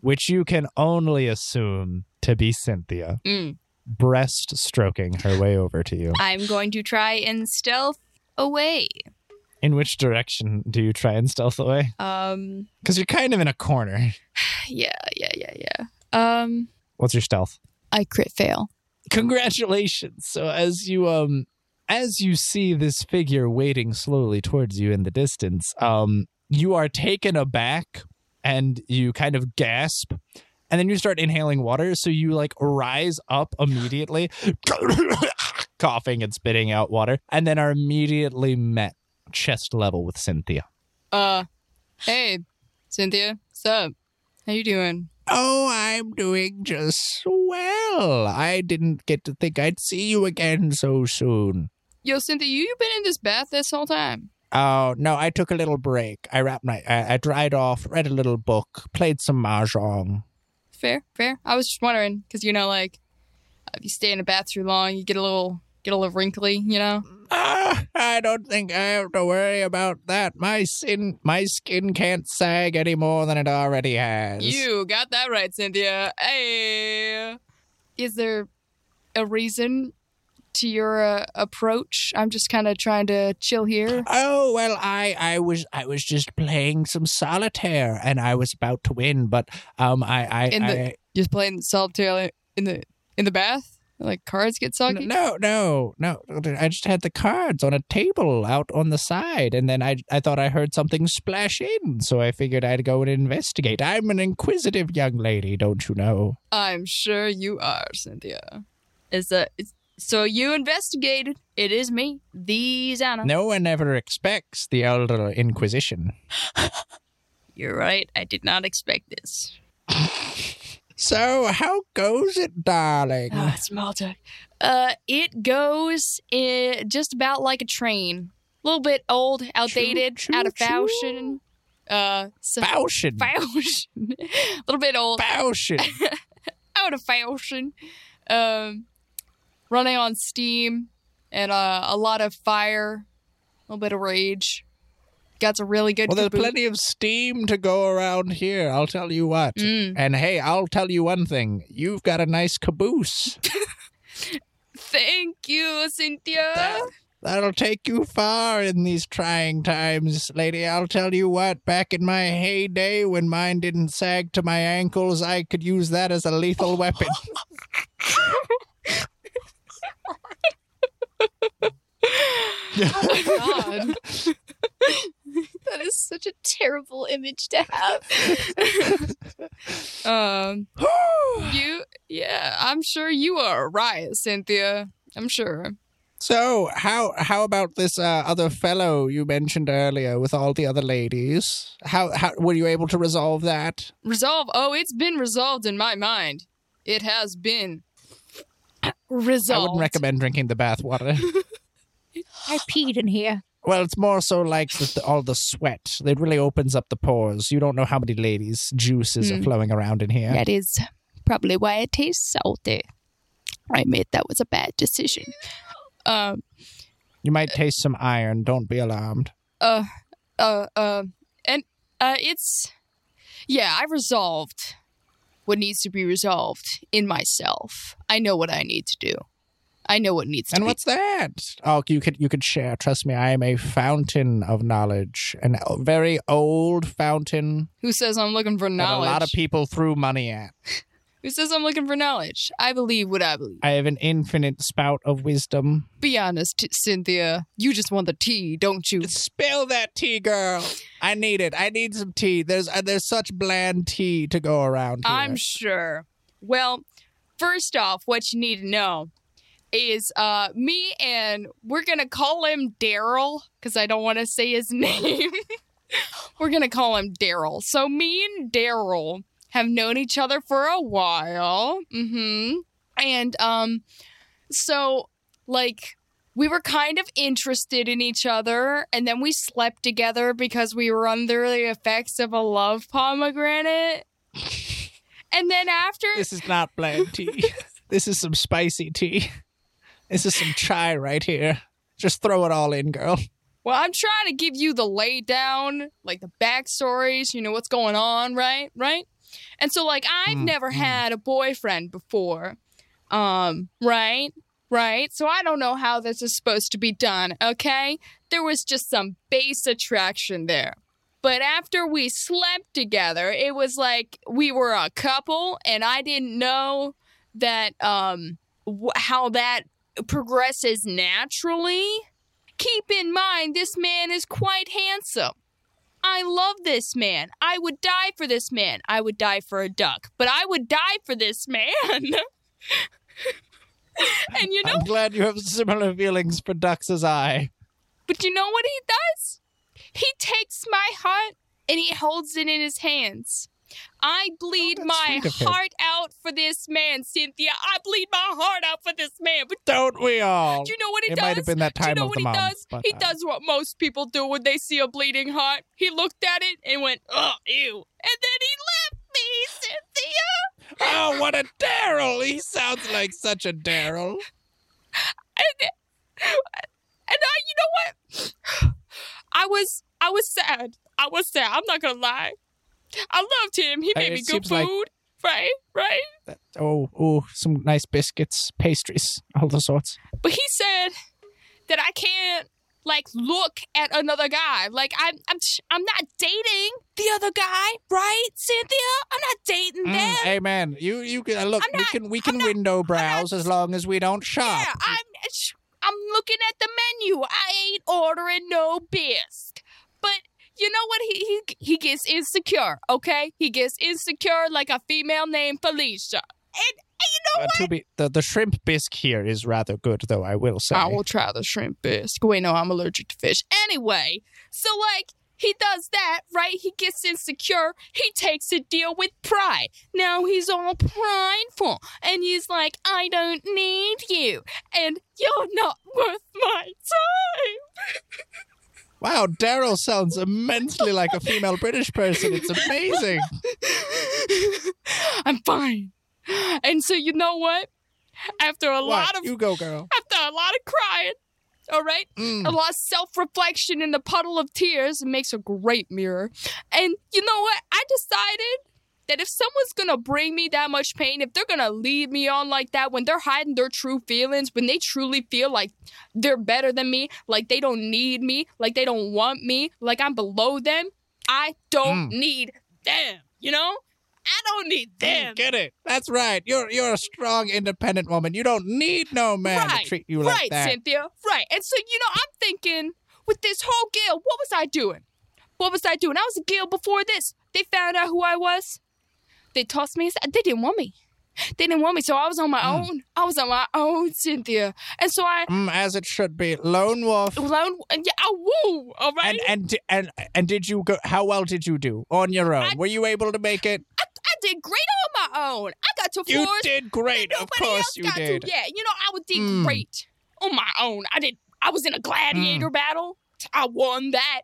S3: which you can only assume to be Cynthia,
S5: Mm.
S3: breast stroking her way over to you.
S5: I'm going to try and stealth away.
S3: In which direction do you try and stealth away?
S5: Um,
S3: Because you're kind of in a corner.
S5: [SIGHS] yeah, yeah, yeah, yeah. Um,
S3: What's your stealth?
S5: I crit fail.
S3: Congratulations. So as you um as you see this figure wading slowly towards you in the distance, um you are taken aback and you kind of gasp and then you start inhaling water so you like rise up immediately [COUGHS] coughing and spitting out water and then are immediately met chest level with Cynthia.
S5: Uh, hey, Cynthia, what's up? How you doing?
S1: Oh, I'm doing just well. I didn't get to think I'd see you again so soon.
S5: Yo, Cynthia, you, you been in this bath this whole time?
S1: Oh, no, I took a little break. I wrapped my. I, I dried off, read a little book, played some mahjong.
S5: Fair, fair. I was just wondering because you know, like, uh, if you stay in a bath too long, you get a little get a little wrinkly, you know.
S1: Ah, I don't think I have to worry about that. My sin, my skin can't sag any more than it already has.
S5: You got that right, Cynthia. Hey, is there a reason to your uh, approach? I'm just kind of trying to chill here.
S1: Oh well, I I was I was just playing some solitaire and I was about to win, but um I I,
S5: In the-
S1: I
S5: Just playing solitaire in the in the bath. Like cards get soggy.
S1: no no no I just had the cards on a table out on the side, and then I I thought I heard something splash in, so I figured I'd go and investigate. I'm an inquisitive young lady, don't you know?
S5: I'm sure you are, Cynthia.
S7: Is that it's, so? You investigated. It is me, the
S5: Uh-huh.
S7: Zana.
S1: No one ever expects the elder inquisition.
S7: You're right. I did not expect this.
S1: So how goes it, darling?
S5: Ah, small talk. Uh, it goes uh, just about like a train. A little bit old, outdated,
S1: choo,
S5: out of
S1: choo.
S5: fashion. Uh, so
S1: Bowshin.
S5: [LAUGHS] fashion. a little bit old, [LAUGHS]
S1: Bowshin.
S5: out of fashion. Um, running on steam and uh, a lot of fire, a little bit of rage. Got some really good.
S1: Well, there's
S5: kaboot-
S1: plenty of steam to go around here, I'll tell you what.
S5: Mm.
S1: And hey, I'll tell you one thing. You've got a nice caboose.
S5: Thank you, Cynthia. [LAUGHS]
S1: That'll take you far in these trying times, lady. I'll tell you what, back in my heyday when mine didn't sag to my ankles, I could use that as a lethal weapon.
S5: God.
S4: That is such a terrible image to have.
S1: [SIGHS]
S5: Um, you, yeah, I'm sure you are right, Cynthia. I'm sure.
S1: so, how how about this uh, other fellow you mentioned earlier with all the other ladies? How, how were you able to resolve that?
S5: Resolve. Oh, it's been resolved in my mind. It has been resolved.
S1: I wouldn't recommend drinking the bathwater. [LAUGHS]
S2: I peed in here.
S1: Well, it's more so like the, all the sweat. It really opens up the pores. You don't know how many ladies' juices are
S5: Mm.
S1: flowing around in here.
S5: [LAUGHS] That is probably why it tastes salty. I admit that was a bad decision. Um,
S3: You might taste some iron. Don't be alarmed.
S5: uh, uh, uh, and uh, it's yeah. I resolved what needs to be resolved in myself. I know what I need to do. I know what needs to
S3: And
S5: be.
S3: what's that? Oh, you could you could share. Trust me, I am a fountain of knowledge, an o- very old fountain
S5: Who says I'm looking for
S3: that a
S5: knowledge?
S3: lot of people threw money at.
S5: Who says I'm looking for knowledge? I believe what I believe.
S3: I have an infinite spout of wisdom.
S5: Be honest, Cynthia. You just want the tea, don't you?
S3: Spill that tea, girl. I need it. I need some tea. There's uh, there's such bland tea to go around here.
S5: I'm sure. Well, first off, what you need to know is uh me and we're gonna call him Daryl because I don't want to say his [LAUGHS] name. we're gonna call him Daryl. So me and Daryl have known each other for a while. Mm-hmm. And um, so like we were kind of interested in each other, and then we slept together because we were under the effects of a love pomegranate. [LAUGHS] And then after
S3: This is not bland tea.
S5: [LAUGHS]
S3: this is some spicy tea. This is some chai right here. Just throw it all in, girl.
S5: Well, I'm trying to give you the lay down, like the backstories, you know, what's going on, right? Right? And so like I've never had a boyfriend before. Um, right? Right? So I don't know how this is supposed to be done, okay? There was just some base attraction there. But after we slept together, it was like we were a couple and I didn't know that um wh- how that progresses naturally keep in mind this man is quite handsome. I love this man. I would die for this man. I would die for a duck, but I would die for this man. [LAUGHS] and you know,
S3: I'm glad you have similar feelings for ducks as I.
S5: but you know what he does? He takes my heart and he holds it in his hands. I bleed
S3: that's
S5: my
S3: sweet of him.
S5: heart out for this man, Cynthia. I bleed my heart out for this man. But
S3: Don't we all?
S5: do you know what he
S3: it
S5: does?
S3: might have been that
S5: Do you
S3: time
S5: know
S3: of
S5: what
S3: the
S5: he
S3: month.
S5: does?
S3: but,
S5: he
S3: uh,
S5: does what most people do when they see a bleeding heart. He looked at it and went, "Oh, ew," and then he left me, Cynthia.
S3: Oh, what a Daryl! He sounds like such a Daryl.
S5: And, and I, you know what? I was, I was sad. I was sad. I'm not gonna lie. I loved him. He
S3: Uh,
S5: made me good
S3: it seems like-
S5: food. Right, right.
S3: Oh, oh, some nice biscuits, pastries, all the sorts.
S5: But he said that I can't like look at another guy. Like I'm I'm I'm not dating the other guy, right, Cynthia? I'm not dating
S3: Mm,
S5: them.
S3: amen. You, you can uh, look.
S5: I'm
S3: we
S5: not-
S3: can, we
S5: I'm
S3: can
S5: not-
S3: window browse as long as we don't shop.
S5: Yeah, I'm sh- I'm looking at the menu. I ain't ordering no bisque. But you know what? He he he gets insecure. Okay, he gets insecure like a female named Felicia. And, and you know
S3: Uh, to be, the, the shrimp bisque here is rather good, though I will say.
S5: I will try the shrimp bisque. Wait, no, I'm allergic to fish. Anyway, so like he does that, right? He gets insecure. He takes a deal with pride. Now he's all prideful and he's like, I don't need you and you're not worth my time.
S3: Wow, Daryl sounds immensely like a female British
S5: [LAUGHS]
S3: person. It's amazing.
S5: I'm fine. And so you know what? After a lot
S3: What?
S5: of
S3: you go, girl.
S5: after a lot of crying, all right?
S3: Mm.
S5: a lot of self-reflection in the puddle of tears it makes a great mirror and you know what i decided that if someone's gonna bring me that much pain if they're gonna lead me on like that when they're hiding their true feelings when they truly feel like they're better than me like they don't need me like they don't want me like i'm below them i don't need them you know i don't need
S3: Mm,
S5: them
S3: Get it? That's right. You're you're a strong, independent woman. You don't need no man
S5: Right,
S3: to treat you
S5: right,
S3: like that.
S5: Cynthia. Right. And so, you know, I'm thinking with this whole guild, what was I doing? What was I doing? I was a guild before this. They found out who I was. They tossed me. aside. They didn't want me. They didn't want me. So I was on my own. I was on my own, Cynthia. And so I
S3: Mm, as it should be. Lone wolf.
S5: alone. And yeah, I woo. All right.
S3: And and di- and and did you go? How well did you do on your own?
S5: I-
S3: Were you able to make it?
S5: I, I did great on my own. I got to
S3: You
S5: fours.
S3: did great.
S5: Nobody
S3: Of course
S5: else
S3: you
S5: got
S3: did.
S5: To. Yeah, you know, I would did
S3: Mm. Mm.
S5: great on my own. I did. I was in a gladiator battle. I won that.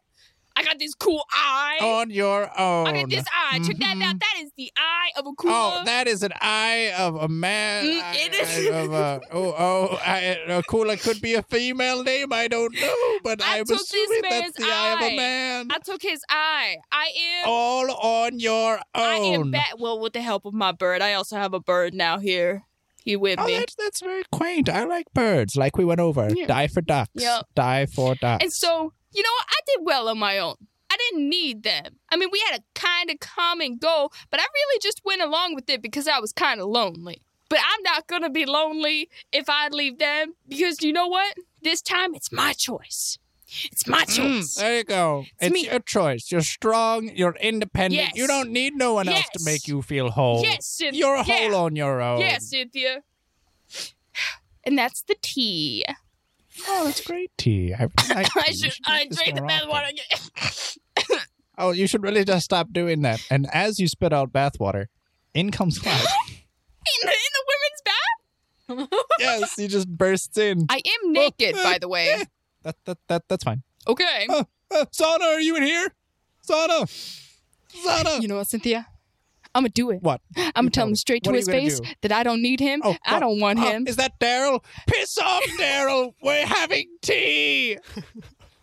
S5: I got this cool eye.
S3: on your
S5: I
S3: own.
S5: got this eye. Check that out.
S3: Mhm.
S5: That is the eye of a cool.
S3: Oh, that is an eye of a man.
S5: Mm,
S3: I-
S5: it is.
S3: I- Of a, oh, oh, I, uh, Kula could be a female name. I don't know, but
S5: I
S3: am
S5: took this
S3: assuming
S5: man's
S3: that's the eye of
S5: eye.
S3: a man.
S5: I took his eye. I am.
S3: All on your own.
S5: I am back. Well, with the help of my bird, I also have a bird now here. He with
S3: Oh,
S5: me.
S3: that's, that's very quaint. I like birds, like we went over.
S5: Yeah.
S3: Die for ducks.
S5: Yep.
S3: Die for ducks.
S5: And so, you know, what? I did well on my own. I didn't need them. I mean, we had a kind of common goal, but I really just went along with it because I was kind of lonely. But I'm not going to be lonely if I leave them because you know what? This time it's my choice. It's my
S3: Mm,
S5: choice.
S3: there you go. It's,
S5: me.
S3: your choice. You're strong. You're independent.
S5: Yes.
S3: You don't need no one else to
S5: Yes.
S3: make you feel whole.
S5: Yes, Cynthia.
S3: You're
S5: yeah.
S3: whole on your own.
S5: Yeah, Cynthia. [SIGHS] And that's the
S3: [LAUGHS]
S5: tea.
S3: Oh, that's great tea. I, really like
S5: [LAUGHS] I
S3: tea. You
S5: should.
S3: do
S5: I
S3: this
S5: drink the
S3: more
S5: bad
S3: often.
S5: water again. [LAUGHS]
S3: Oh, you should really just stop doing that. And as you spit out bathwater, in comes
S5: [LAUGHS]
S3: Cloud.
S5: in, the, in the women's bath.
S3: yes, he just bursts in.
S2: I
S3: [LAUGHS]
S2: am naked, by the way.
S3: That, that, that, that's fine.
S5: Okay.
S3: Uh, Sana, are you in here? Sana! Sana!
S2: You know what, Cynthia? I'm gonna do it.
S3: [LAUGHS] What?
S2: I'm gonna tell him straight to
S3: What are
S2: his
S3: you gonna
S2: face
S3: do?
S2: that I don't need him.
S3: Oh,
S2: I
S3: what?
S2: don't want
S3: Oh,
S2: him.
S3: Is that Daryl? Piss off, Daryl! We're having tea!
S5: [LAUGHS]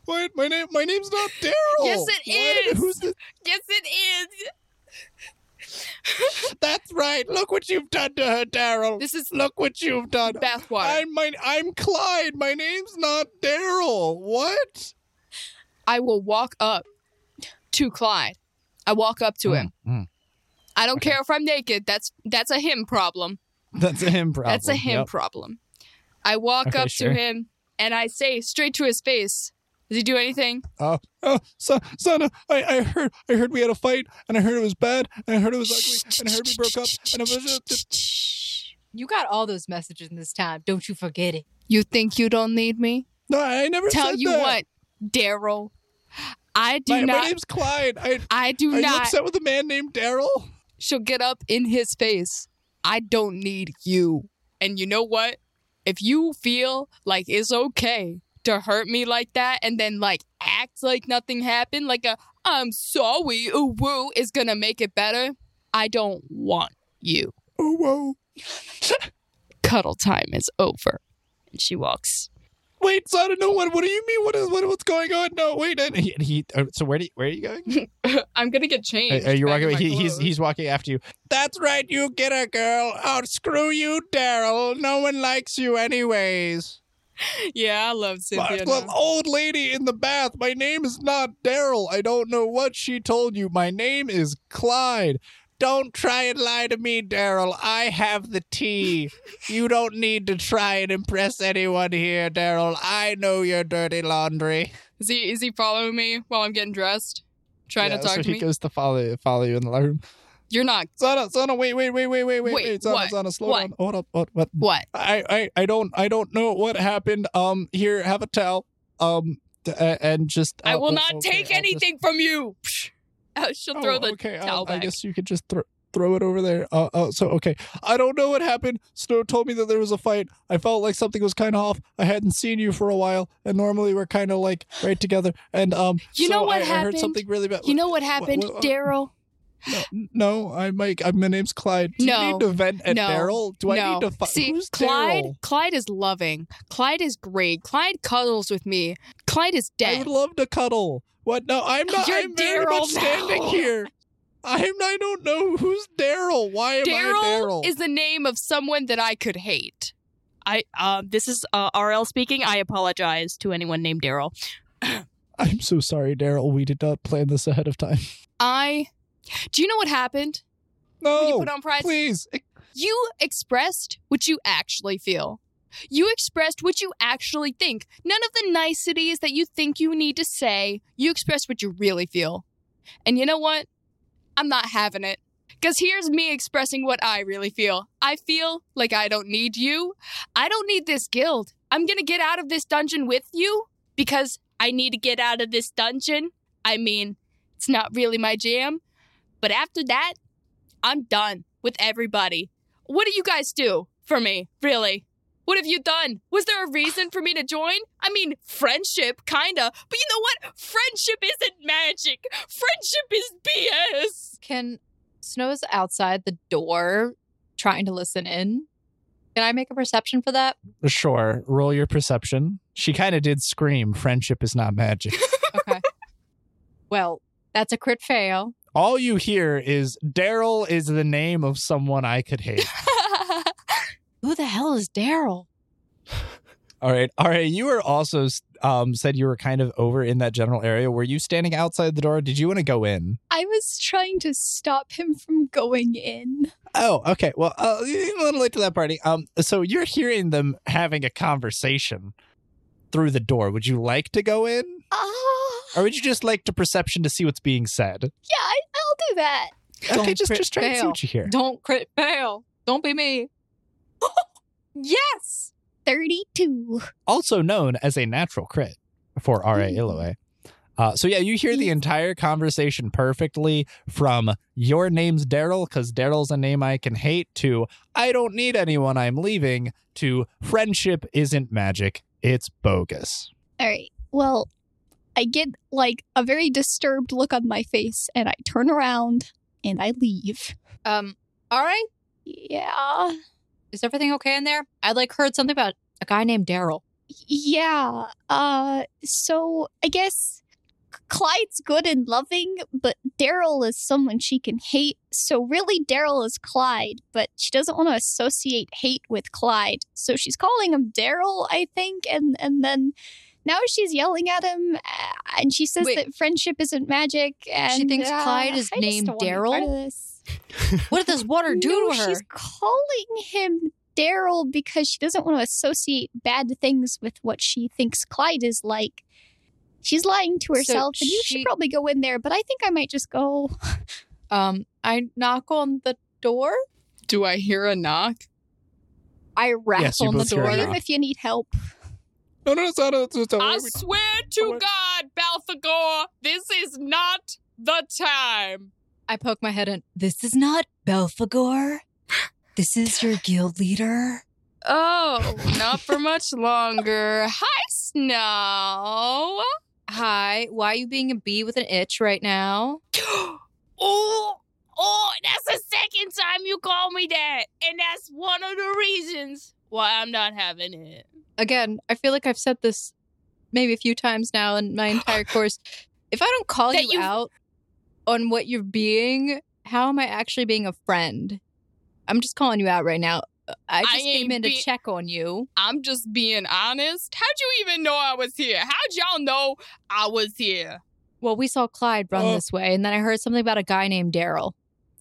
S3: Wait, my name my name's not Daryl!
S5: Yes, it
S3: What?
S5: is.
S3: Who's this?
S5: Yes, it is.
S3: That's right. Look what you've done to her, Daryl.
S5: This is
S3: Look what you've done.
S5: bathwater.
S3: I'm my I'm Clyde. My name's not Daryl. What?
S5: I will walk up to Clyde. I walk up
S3: Mm,
S5: to him. I don't care if I'm naked. That's that's a him problem.
S3: That's a him problem.
S5: That's a him problem. I walk
S3: Okay,
S5: up
S3: sure.
S5: to him and I say straight to his face. Does he do anything?
S3: Oh, oh, so, Sana, I, I heard, I heard we had a fight, and I heard it was bad, and I heard it was ugly, and I heard we broke up, and I was just,
S10: You got all those messages in this time. Don't you forget it.
S5: You think you don't need me?
S3: no, I never
S5: Tell
S3: said
S5: you
S3: that.
S5: what, Daryl. I do
S3: my, my
S5: not.
S3: name's Clyde. I,
S5: I do
S3: are you
S5: not.
S3: upset with a man named Daryl?
S5: She'll get up in his face. I don't need you. And you know what? If you feel like it's okay to hurt me like that and then like act like nothing happened, like a I'm sorry, ooh woo is gonna make it better. I don't want you.
S3: Oh, whoa.
S5: Cuddle time is over. And she walks.
S3: Wait, Sana, no, what, what do you mean? What is, what, what's going on? No, wait, and he, and he uh, so where do you, where are you going?
S5: [LAUGHS] [LAUGHS] I'm gonna get changed.
S11: Are you
S5: back in
S11: walking?
S5: my
S11: He, he's
S5: clothes.
S11: he's walking after you.
S3: That's right, you get a girl. Oh, screw you, Daryl. No one likes you anyways.
S5: Yeah, I love Cynthia.
S3: But the
S5: now.
S3: old lady in the bath. My name is not Daryl. I don't know what she told you. My name is Clyde. Don't try and lie to me, Daryl. I have the tea. you don't need to try and impress anyone here, Daryl. I know your dirty laundry.
S5: Is he is he following me while I'm getting dressed? Trying
S3: Yeah,
S5: to talk
S3: so
S5: to
S3: he
S5: me?
S3: goes to follow follow you in the room.
S5: You're not
S3: Sana, Sana, wait, wait, wait, wait, wait, wait,
S5: Wait,
S3: wait. Sana,
S5: what?
S3: Sana, slow
S5: What?
S3: down. Hold up, what, what?
S5: what?
S3: I, I, I don't, I don't know what happened. Um, here, have a towel. Um, d- a- and just.
S5: I
S3: uh,
S5: will
S3: o-
S5: not
S3: okay,
S5: take
S3: I'll just-
S5: anything from you. Psh. [LAUGHS] Uh, She'll throw
S3: Oh,
S5: the.
S3: okay.
S5: towel
S3: I
S5: back.
S3: guess you could just throw throw it over there. Uh, uh, so okay, I don't know what happened. Snow told me that there was a fight. I felt like something was kind of off. I hadn't seen you for a while, and normally we're kind of like right together. And um,
S5: You
S3: so
S5: know what
S3: I, I heard
S5: happened?
S3: something really bad.
S5: You know what happened,
S3: what- what-
S5: Daryl?
S3: no, no, I Mike. I, my name's Clyde. Do
S5: No.
S3: you need to vent at
S5: No.
S3: Daryl? Do I
S5: no.
S3: need to fi-
S5: See,
S3: Who's
S5: Clyde.
S3: Daryl?
S5: Clyde is loving. Clyde is great. Clyde cuddles with me. Clyde is
S3: I
S5: dead.
S3: would love to cuddle. What? No, I'm not.
S5: You're
S3: I'm very
S5: Daryl
S3: much standing
S5: now.
S3: here. I'm. I don't know who's Daryl. Why am I a
S5: Daryl
S3: Daryl?
S5: is the name of someone that I could hate.
S2: I uh, this is uh, RL speaking. I apologize to anyone named Daryl.
S3: I'm so sorry, Daryl. We did not plan this ahead of time.
S5: I. Do you know what happened when you
S3: No,
S5: put on Pride?
S3: please.
S5: You expressed what you actually feel. You expressed what you actually think. None of the niceties that you think you need to say. You expressed what you really feel. And you know what? I'm not having it. Because here's me expressing what I really feel. I feel like I don't need you. I don't need this guild. I'm going to get out of this dungeon with you because I need to get out of this dungeon. I mean, it's not really my jam. But after that, I'm done with everybody. What do you guys do for me, really? What have you done? Was there a reason for me to join? I mean, friendship, kinda. But you know what? Friendship isn't magic. Friendship is BS.
S2: Can Snow is outside the door trying to listen in? Can I make a perception for that?
S3: Sure, roll your perception. She kind of did scream, friendship is not magic.
S5: [LAUGHS]
S2: Okay. well, that's a
S5: [LAUGHS]
S2: crit fail.
S3: All you hear is Daryl is the name of someone I
S5: [LAUGHS]
S3: could hate.
S2: Who the hell is Daryl?
S3: All right. All right. You were also um, said you were kind of over in that general area. Were you standing outside the door? Did you want to go in?
S4: I was trying to stop him from going in.
S3: Oh, okay. Well, uh, a little late to that party. Um, so you're hearing them having a conversation through the door. Would you like to go in,
S4: Ah,
S3: or would you just like to perception to see what's being said?
S4: yeah, I, I'll do that.
S3: okay,
S2: Don't
S3: just
S2: crit
S3: just try and see
S2: fail.
S3: what you hear.
S2: Don't crit fail. Don't be me. [GASPS] yes.
S4: 32.
S3: also known as a natural crit for R.A.
S4: Mm.
S3: Illoway. Uh, so yeah, you hear
S12: Mm.
S3: the
S4: Yes.
S3: entire conversation perfectly from your name's Daryl because Daryl's a name I can hate to I don't need anyone I'm leaving to friendship isn't magic it's bogus.
S4: All right. Well, I get like a very disturbed look on my face and I turn around and I leave.
S2: Um, all right.
S4: Yeah.
S2: Is everything okay in there? I like heard something about a guy named Daryl.
S4: Yeah. Uh so I guess Clyde's good and loving, but Daryl is someone she can hate. So really Daryl is Clyde, but she doesn't want to associate hate with Clyde. So she's calling him Daryl, I think, and and then now she's yelling at him uh, and she says
S2: Wait.
S4: that friendship isn't magic and
S2: thinks
S4: uh,
S2: Clyde is
S4: I just
S2: named
S4: don't wanna be part
S2: Daryl?
S4: of this.
S2: What did [LAUGHS] this water do
S4: no,
S2: to her?
S4: she's calling him Daryl because she doesn't want to associate bad things with what she thinks Clyde is like. She's lying to
S2: So
S4: herself, and you should
S2: she-
S4: probably go in there. But I think I might just go.
S2: Um, I knock on the door.
S5: Do I hear a knock?
S2: I rap
S3: Yes, you
S2: on the
S3: both hear
S2: door.
S3: it
S4: Leave if you need help.
S12: No, no, it's not. It's, it's,
S5: I
S12: we-
S5: swear to God, Balthagor, this is not the time.
S2: I poke my head in. This is not Belphegor. This is [GASPS] your guild leader.
S5: Oh, not for
S2: [LAUGHS]
S5: much longer. [GASPS] Hi, Snow.
S2: Hi, why are you being a bee with an itch right now?
S5: oh, oh, that's the second time you call me that. And that's one of the reasons why I'm not having it.
S2: Again, I feel like I've said this maybe a few times now in
S5: [LAUGHS]
S2: my entire course. If I don't call
S5: That
S2: you
S5: you-
S2: out on what you're being, how am I actually being a friend? I'm just calling you out right now. I just came
S5: ain't
S2: in to
S5: be-
S2: check on you.
S5: I'm just being honest. How'd you even know I was here? How'd y'all know I was here?
S2: Well, we saw Clyde run
S12: Oh.
S2: this way, and then I heard something about a guy named Daryl.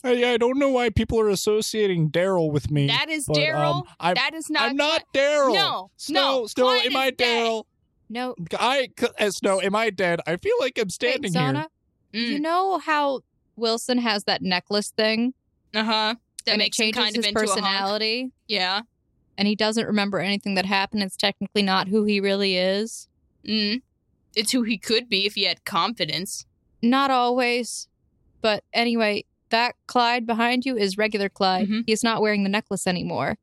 S12: I, I don't know why people are associating Daryl with
S2: Mm,
S12: me.
S5: That is
S12: but,
S5: Daryl.
S12: um, I'm,
S5: that is not.
S12: I'm not Daryl.
S5: No,
S12: Snow,
S5: no,
S12: Snow,
S5: Clyde
S12: am I
S5: is dead.
S12: Daryl?
S2: No,
S12: I, uh, Snow, am I dead? I feel like I'm
S2: wait,
S12: standing here.
S2: Zana,
S5: Mm.
S2: you know how Wilson has that necklace thing?
S5: Uh huh. That
S2: and
S5: makes
S2: it
S5: him
S2: changes
S5: kind of
S2: his
S5: into a honk.
S2: personality.
S5: Yeah.
S2: and he doesn't remember anything that happened. It's technically not who he really is.
S5: Mm. It's who he could be if he had confidence.
S2: Not always. But anyway, that Clyde behind you is regular Clyde.
S5: Mhm.
S2: He's not wearing the necklace anymore.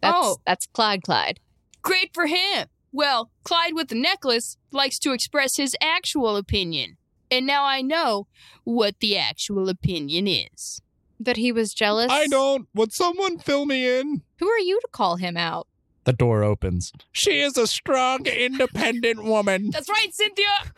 S2: That's,
S5: Oh.
S2: That's Clyde Clyde.
S5: Great for him. Well, Clyde with the necklace likes to express his actual opinion. And now I know what the actual opinion is.
S2: That he was jealous.
S12: I don't. Would someone fill me in?
S2: Who are you to call him out?
S3: The door opens.
S12: She is a strong, independent
S5: [LAUGHS]
S12: woman.
S5: That's right, Cynthia.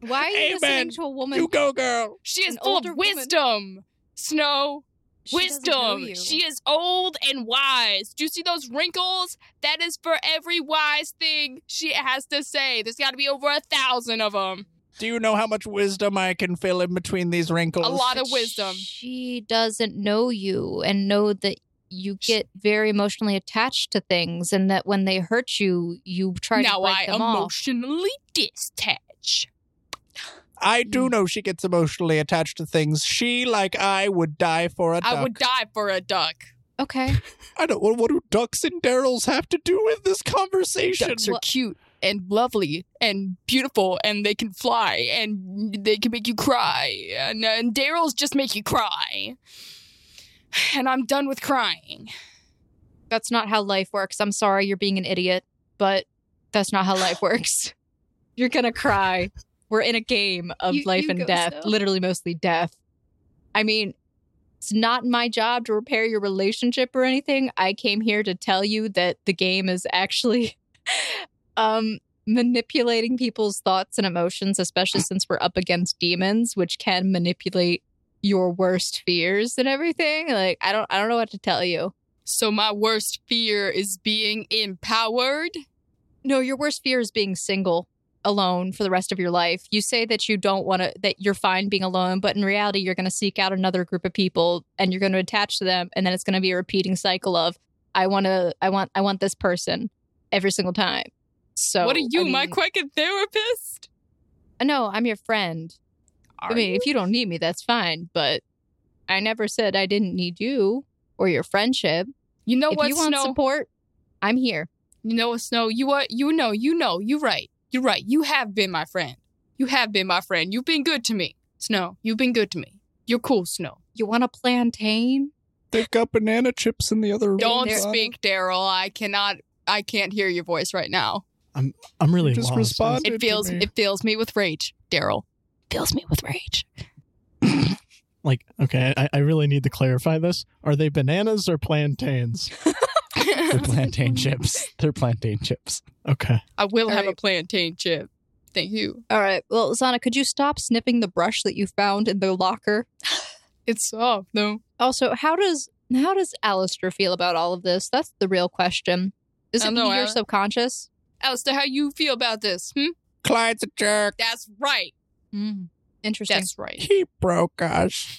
S2: Why are you
S12: Amen.
S2: listening to a woman?
S12: You go, girl.
S5: She is
S2: An
S5: full of
S2: older woman.
S5: wisdom. Snow,
S2: She doesn't know
S5: wisdom.
S2: you.
S5: She is old and wise. Do you see those wrinkles? That is for every wise thing she has to say. There's got to be over a thousand of them.
S12: Do you know how much wisdom I can fill in between these wrinkles?
S5: A lot of wisdom.
S2: She doesn't know you and know that you get very emotionally attached to things and that when they hurt you, you try
S5: now
S2: to break
S5: I
S2: them off.
S5: emotionally detach.
S12: I
S5: Mm.
S12: do know she gets emotionally attached to things. She, like I, would die for a duck.
S5: I would die for a duck.
S2: Okay.
S12: I don't. What, what do ducks and Daryls have to do with this conversation?
S5: Ducks are cute and lovely and beautiful and they can fly and they can make you cry. And, and Daryl's just make you cry. And I'm done with crying.
S2: That's not how life works. I'm sorry you're being an idiot, but that's not how [LAUGHS] life works. You're going to cry. We're in a game of
S4: You-
S2: life
S4: you
S2: and
S4: go,
S2: death,
S4: Snow.
S2: literally mostly death. I mean, it's not my job to repair your relationship or anything. I came here to tell you that the game is actually [LAUGHS] um manipulating people's thoughts and emotions, especially since we're up against demons which can manipulate your worst fears and everything. Like I don't I don't know what to tell you.
S5: So my worst fear is being empowered.
S2: No, your worst fear is being single, alone for the rest of your life. You say that you don't want to, that you're fine being alone, but in reality, you're going to seek out another group of people and you're going to attach to them. And then it's going to be a repeating cycle of, I want to, I want, I want this person every single time. So,
S5: what are you,
S2: I mean,
S5: my Quaker therapist?
S2: No, I'm your friend. I mean, if you don't need me, that's fine. But I never said I didn't need you or your friendship.
S5: You know
S2: if
S5: what,
S2: you want
S5: Snow?
S2: support, I'm here.
S5: you know what, Snow? You are. You know. You know. You're right. You're right. You have been my friend. You have been my friend. You've been good to me, Snow. You've been good to me. You're cool, Snow.
S2: You want a plantain?
S12: They've got banana chips in the other room.
S5: Don't
S2: there-
S5: speak, Daryl. I cannot. I can't hear your voice right now.
S6: I'm really
S12: Just
S6: lost.
S12: respond.
S5: It
S12: Did
S5: feels.
S12: me.
S5: It fills me with rage, Daryl. Fills me with [LAUGHS] rage.
S6: Like, okay, I, I really need to clarify this. Are they bananas or plantains?
S5: [LAUGHS]
S3: They're plantain chips. They're plantain chips.
S6: Okay.
S5: I will
S2: All
S5: have a
S2: right.
S5: plantain chip. Thank you.
S2: All right. Well, Zana, could you stop sniffing the brush that you found in the locker?
S5: It's soft though.
S2: Also, how does how does Alistair feel about all of this? That's the real question. Is
S5: I
S2: it
S5: don't know,
S2: your
S5: Al-
S2: subconscious?
S5: Alistair, how you feel about this? Hmm?
S12: Clyde's a jerk.
S5: That's right.
S2: Interesting.
S5: That's right.
S12: [LAUGHS] He
S5: [LAUGHS]
S12: broke us.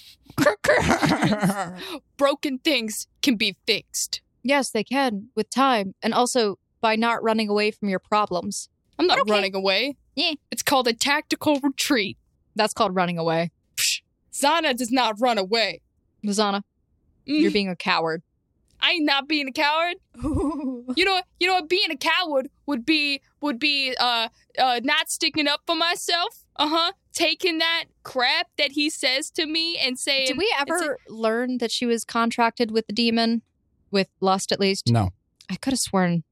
S5: Broken things can be fixed.
S2: yes, they can with time, and also by not running away from your problems.
S5: I'm not
S2: Okay.
S5: running away.
S2: Yeah.
S5: It's called a tactical retreat.
S2: That's called running away.
S5: Zana does not run away.
S2: Zana,
S5: Mm.
S2: you're being a coward.
S5: Mm-hmm. I ain't not being a coward. You know, you know what being a coward would be would be uh uh not sticking up for myself. Uh-huh. Taking that crap that he says to me and saying
S2: Did we ever learn that she was contracted with the demon? With lust, at least?
S3: No.
S2: I could have sworn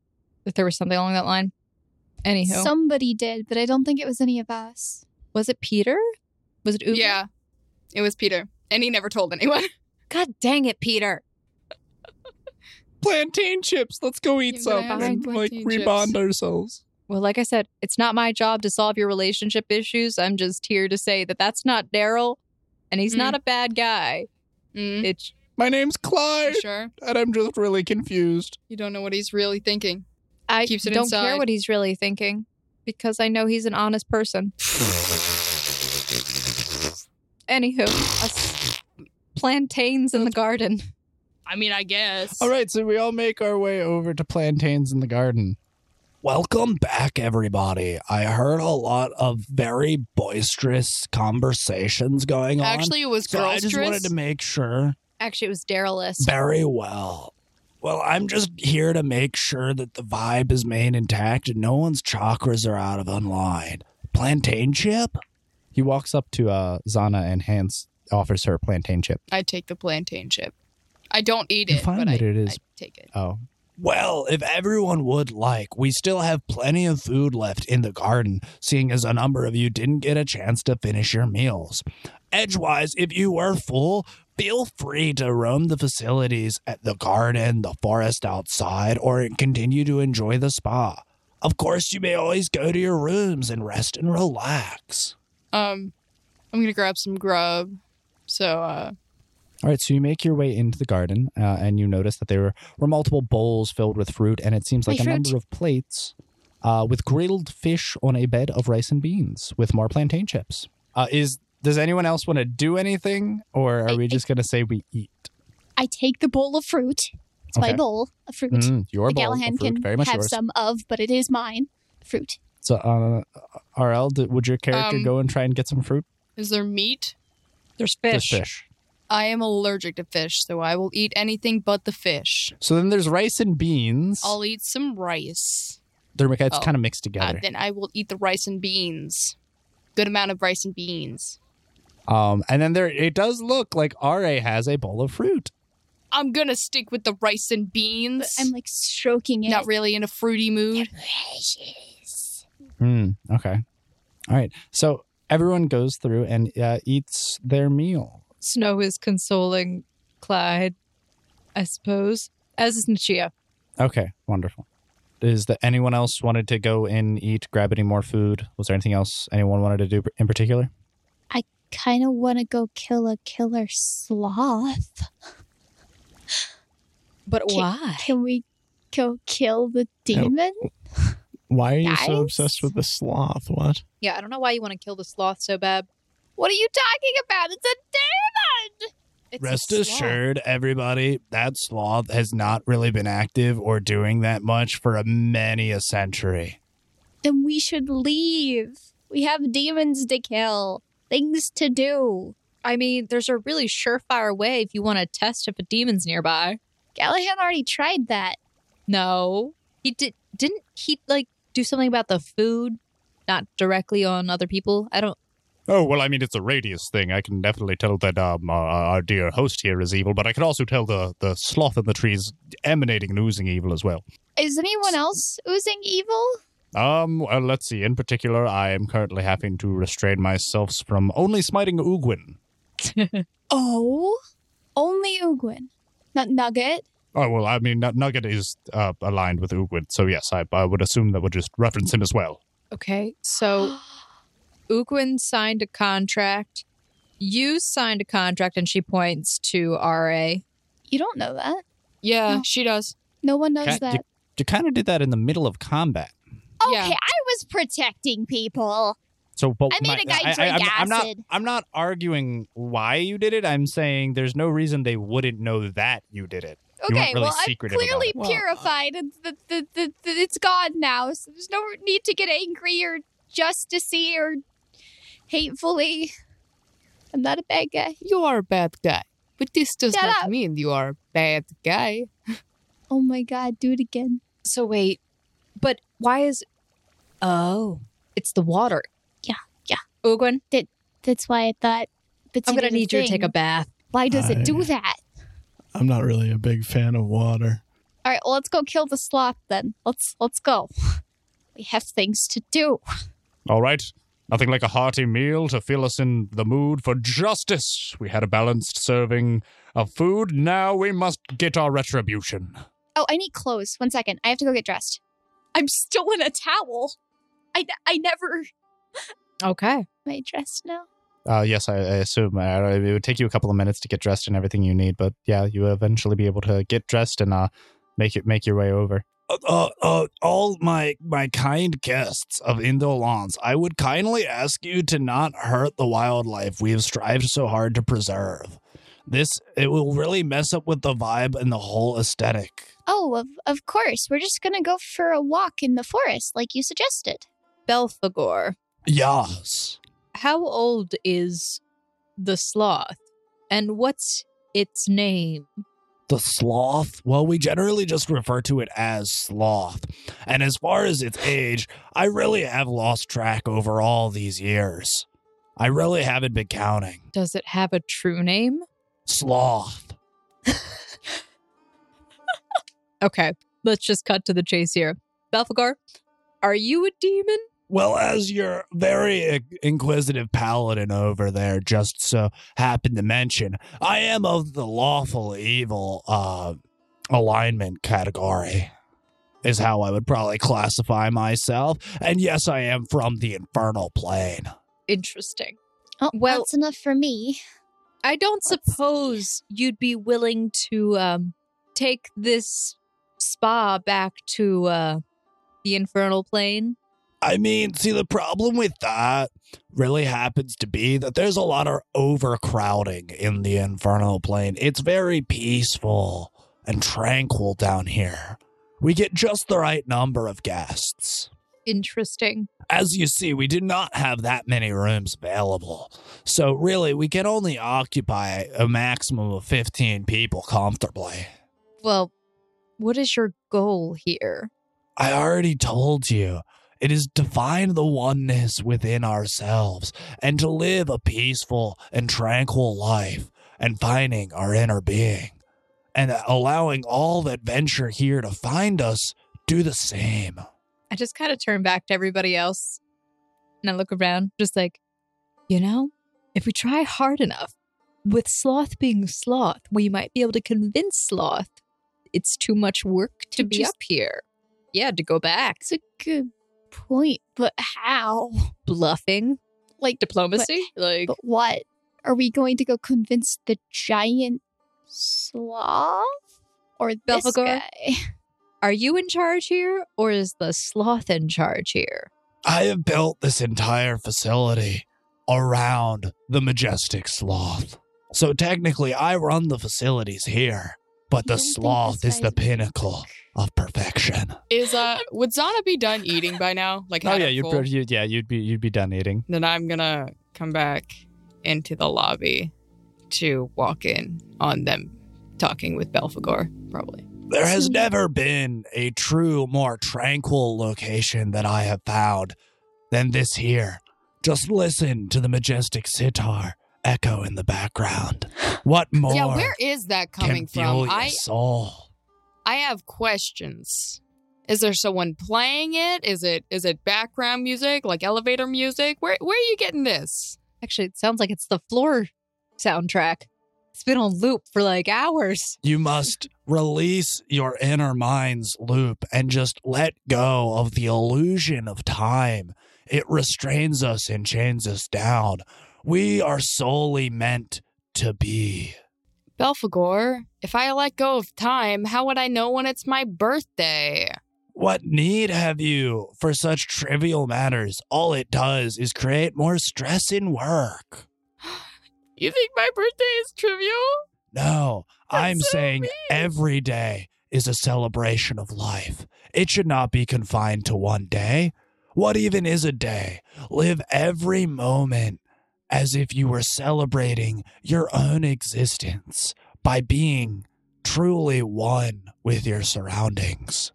S2: that there was something along that line. Anywho,
S4: Somebody did, but I don't think it was any of us.
S2: was it Peter? Was it Uber?
S5: Yeah. It was Peter. And he never told anyone. [LAUGHS]
S2: God dang it, Peter.
S12: plantain chips. Let's go eat
S5: You're
S12: some
S5: gonna have
S12: and
S5: some
S12: like
S5: plantain
S12: rebond
S5: chips.
S12: ourselves.
S2: Well, like I said, it's not my job to solve your relationship issues. I'm just here to say that that's not Daryl, and he's
S5: Mm.
S2: not a bad guy.
S5: Mm,
S2: It's
S12: My name's
S5: you [LAUGHS]
S12: Clyde,
S5: sure?
S12: and I'm just really confused.
S5: You don't know what he's really thinking.
S2: I
S5: Keeps it
S2: don't care
S5: inside.
S2: what he's really thinking because I know he's an honest person. Anywho, us plantains in the garden.
S5: I mean, I guess.
S3: All right, so we all make our way over to plantains in the garden.
S12: Welcome back, everybody. I heard a lot of very boisterous conversations going on.
S5: Actually, it was
S12: so I just wanted to
S5: girlstress.
S12: make sure.
S2: Actually, it was Darylist.
S12: Very well. Well, I'm just here to make sure that the vibe is made intact and no one's chakras are out of unline. Plantain chip?
S3: He walks up to uh, Zana and hands offers her a plantain chip.
S5: I take the plantain chip. I don't eat
S3: You
S5: it,
S3: find
S5: but
S3: that
S5: I,
S3: it is-
S5: I take it.
S3: Oh,
S12: Well, if everyone would like, we still have plenty of food left in the garden, seeing as a number of you didn't get a chance to finish your meals. Edgewise, if you were full, feel free to roam the facilities at the garden, the forest outside, or continue to enjoy the spa. Of course, you may always go to your rooms and rest and relax.
S5: Um, I'm gonna grab some grub. So, uh,
S3: All right, so you make your way into the garden, uh, and you notice that there were multiple bowls filled with fruit, and it seems like
S4: Wait,
S3: a
S4: fruit?
S3: number of plates uh, with grilled fish on a bed of rice and beans with more plantain chips. Uh, is does anyone else want to do anything, or are
S4: I-
S3: we just gonna say we eat?
S4: I take the bowl of fruit. It's my
S3: Okay.
S4: bowl of fruit.
S3: Mm, your
S4: the
S3: bowl of
S4: Gallahan
S3: fruit,
S4: can
S3: very much
S4: have
S3: yours.
S4: some of, but it is mine. Fruit.
S3: So, uh, RL, d- would your character
S5: Um,
S3: go and try and get some fruit?
S5: is there meat?
S2: There's
S3: There's
S2: fish.
S3: fish.
S5: I am allergic to fish, so I will eat anything but the fish.
S3: So then there's rice and beans.
S5: I'll eat some rice.
S3: They're it's
S5: Oh.
S3: kind of mixed
S5: Uh,
S3: together.
S5: then I will eat the rice and beans. Good amount of rice and beans.
S3: Um, and then there it does look like Ra has a bowl of fruit.
S5: I'm gonna stick with the rice and beans.
S4: I'm like stroking it.
S5: Not really in a fruity mood.
S4: Precious.
S3: Hmm. Okay. All right. So everyone goes through and uh, eats their meal.
S2: Snow is consoling Clyde, I suppose, as is Nichia.
S3: Okay. Wonderful. Is that anyone else wanted to go in, eat, grab any more food? Was there anything else anyone wanted to do in particular?
S4: Kind of want to go kill a killer sloth.
S2: But
S4: Ki-
S2: why?
S4: Can we go kill the demon?
S6: Why are you
S4: Guys?
S6: so obsessed with the sloth? What?
S2: Yeah, I don't know why you want to kill the sloth so bad. What are you talking about? It's a demon! It's a
S3: Rest
S2: sloth.
S3: assured, everybody, that sloth has not really been active or doing that much for a many a century.
S4: Then we should leave. We have demons to kill, things to do.
S2: I mean, there's a really surefire way if you want to test if a demon's nearby.
S4: Galahad already tried that.
S2: No. He did didn't he like do something about the food? Not directly on other people. I don't
S3: Oh, well, I mean, it's a radius thing. I can definitely tell that um, our, our dear host here is evil, but I can also tell the, the sloth in the trees emanating and oozing evil as well.
S4: Is anyone else oozing evil?
S3: Um, well, let's see. In particular, I am currently having to restrain myself from only smiting Ugwin.
S4: Oh, only Uguin, not Nugget.
S3: Oh, well, I mean, Nug- Nugget is uh, aligned with Ugwin, so yes, I, I would assume that would just reference him as well.
S2: Okay. So Uguin signed a contract. You signed a contract and she points to RA.
S4: You don't know that.
S5: Yeah,
S4: No.
S5: she does.
S4: No one knows
S3: Cat-
S4: that.
S3: you- You kind of did that in the middle of combat.
S4: Okay,
S5: Yeah.
S4: I was protecting people.
S3: So, but
S4: I made
S3: my-
S4: a guy drink
S3: I'm, I'm not.
S4: acid.
S3: I'm not arguing why you did it. I'm saying there's no reason they wouldn't know that you did it. You weren't
S4: Okay,
S3: really
S4: well, I'm
S3: secretive about
S4: clearly
S3: it.
S6: Well, uh,
S4: purified. and the, the, the, the, it's gone now, so there's no need to get angry or justicey or hatefully. I'm not a bad guy.
S7: You are a bad guy. But this does
S4: Shut
S7: not
S4: up.
S7: mean you are a bad guy.
S4: Oh my god, do it again.
S2: So wait, but why is Oh, it's the water.
S4: Yeah, yeah.
S2: Uguin,
S4: That's why I thought. But
S2: I'm going to need you to take a bath.
S4: Why does
S6: I-
S4: it do that?
S6: I'm not really a big fan of water.
S4: All right, well, let's go kill the sloth then. Let's let's go. [LAUGHS] We have things to do.
S3: All right. Nothing like a hearty meal to fill us in the mood for justice. We had a balanced serving of food. Now we must get our retribution.
S4: Oh, I need clothes. One second. I have to go get dressed. I'm still in a towel. I, I never.
S2: Okay.
S4: Am I dressed now?
S3: Uh, yes, I, I assume uh, it would take you a couple of minutes to get dressed and everything you need, but yeah, you will eventually be able to get dressed and uh, make it make your way over. Uh, uh, uh, all my my kind guests of Indolence, I would kindly ask you to not hurt the wildlife we have strived so hard to preserve. This it will really mess up with the vibe and the whole aesthetic.
S4: Oh, of, of course. We're just going to go for a walk in the forest like you suggested.
S2: Belphagor.
S3: Yes.
S2: How old is the sloth? And what's its name?
S3: The sloth? Well, we generally just refer to it as sloth. And as far as its age, I really have lost track over all these years. I really haven't been counting.
S2: Does it have a true name?
S3: Sloth.
S2: Okay, let's just cut to the chase here. Belphagor, are you a demon?
S3: Well, as your very inquisitive paladin over there just so happened to mention, I am of the lawful evil uh, alignment category, is how I would probably classify myself. And yes, I am from the infernal plane.
S2: Interesting.
S4: Oh,
S2: Well-
S4: that's enough for me.
S2: I don't
S4: Let's see.
S2: suppose you'd be willing to um, take this spa back to uh, the infernal plane.
S3: I mean, see, the problem with that really happens to be that there's a lot of overcrowding in the infernal plane. It's very peaceful and tranquil down here. We get just the right number of guests.
S2: Interesting.
S3: As you see, we do not have that many rooms available. So, really, we can only occupy a maximum of 15 people comfortably.
S2: Well, what is your goal here?
S3: I already told you. It is to find the oneness within ourselves and to live a peaceful and tranquil life and finding our inner being. and allowing all that venture here to find us do the same.
S2: I just kind of turn back to everybody else and I look around, just like, you know, if we try hard enough, with Sloth being Sloth, we might be able to convince Sloth it's too much work to,
S4: To
S2: be
S4: just-
S2: up here. Yeah, to go back.
S4: It's a good point, but how?
S2: Bluffing,
S4: Like,
S2: diplomacy, like
S4: but what? Are we going to go convince the giant sloth or this
S2: Belphegor?
S4: guy?
S2: Are you in charge here or is the sloth in charge here?
S3: I have built this entire facility around the majestic sloth. So technically, I run the facilities here, but
S4: I
S3: the
S4: don't think
S3: sloth
S4: this
S3: is the
S4: guy's gonna
S3: pinnacle of perfection.
S5: Is uh would Zana be done eating by now? Like
S3: Oh
S5: had
S3: yeah,
S5: a
S3: you'd,
S5: full-
S3: pro- you'd yeah you'd be you'd be done eating.
S5: Then I'm gonna come back into the lobby to walk in on them talking with Belphegor, probably.
S3: There has
S4: So-
S3: never been a true, more tranquil location that I have found than this here. Just listen to the majestic sitar echo in
S5: [GASPS]
S3: the background. What more
S5: yeah, where is that coming
S3: can fuel
S5: from?
S3: your
S5: I
S3: soul?
S5: I have questions. Is there someone playing it? Is it is it background music, like elevator music? Where where are you getting this?
S2: Actually, it sounds like it's the floor soundtrack. It's been on loop for like hours.
S3: You must release your inner mind's loop and just let go of the illusion of time. It restrains us and chains us down. We are solely meant to be.
S5: Belphegor, if I let go of time, how would I know when it's my birthday?
S3: What need have you for such trivial matters? All it does is create more stress in work.
S5: You think my birthday is trivial?
S3: No,
S5: That's
S3: I'm
S5: so
S3: saying
S5: mean.
S3: every day is a celebration of life. It should not be confined to one day. What even is a day? Live every moment as if you were celebrating your own existence by being truly one with your surroundings.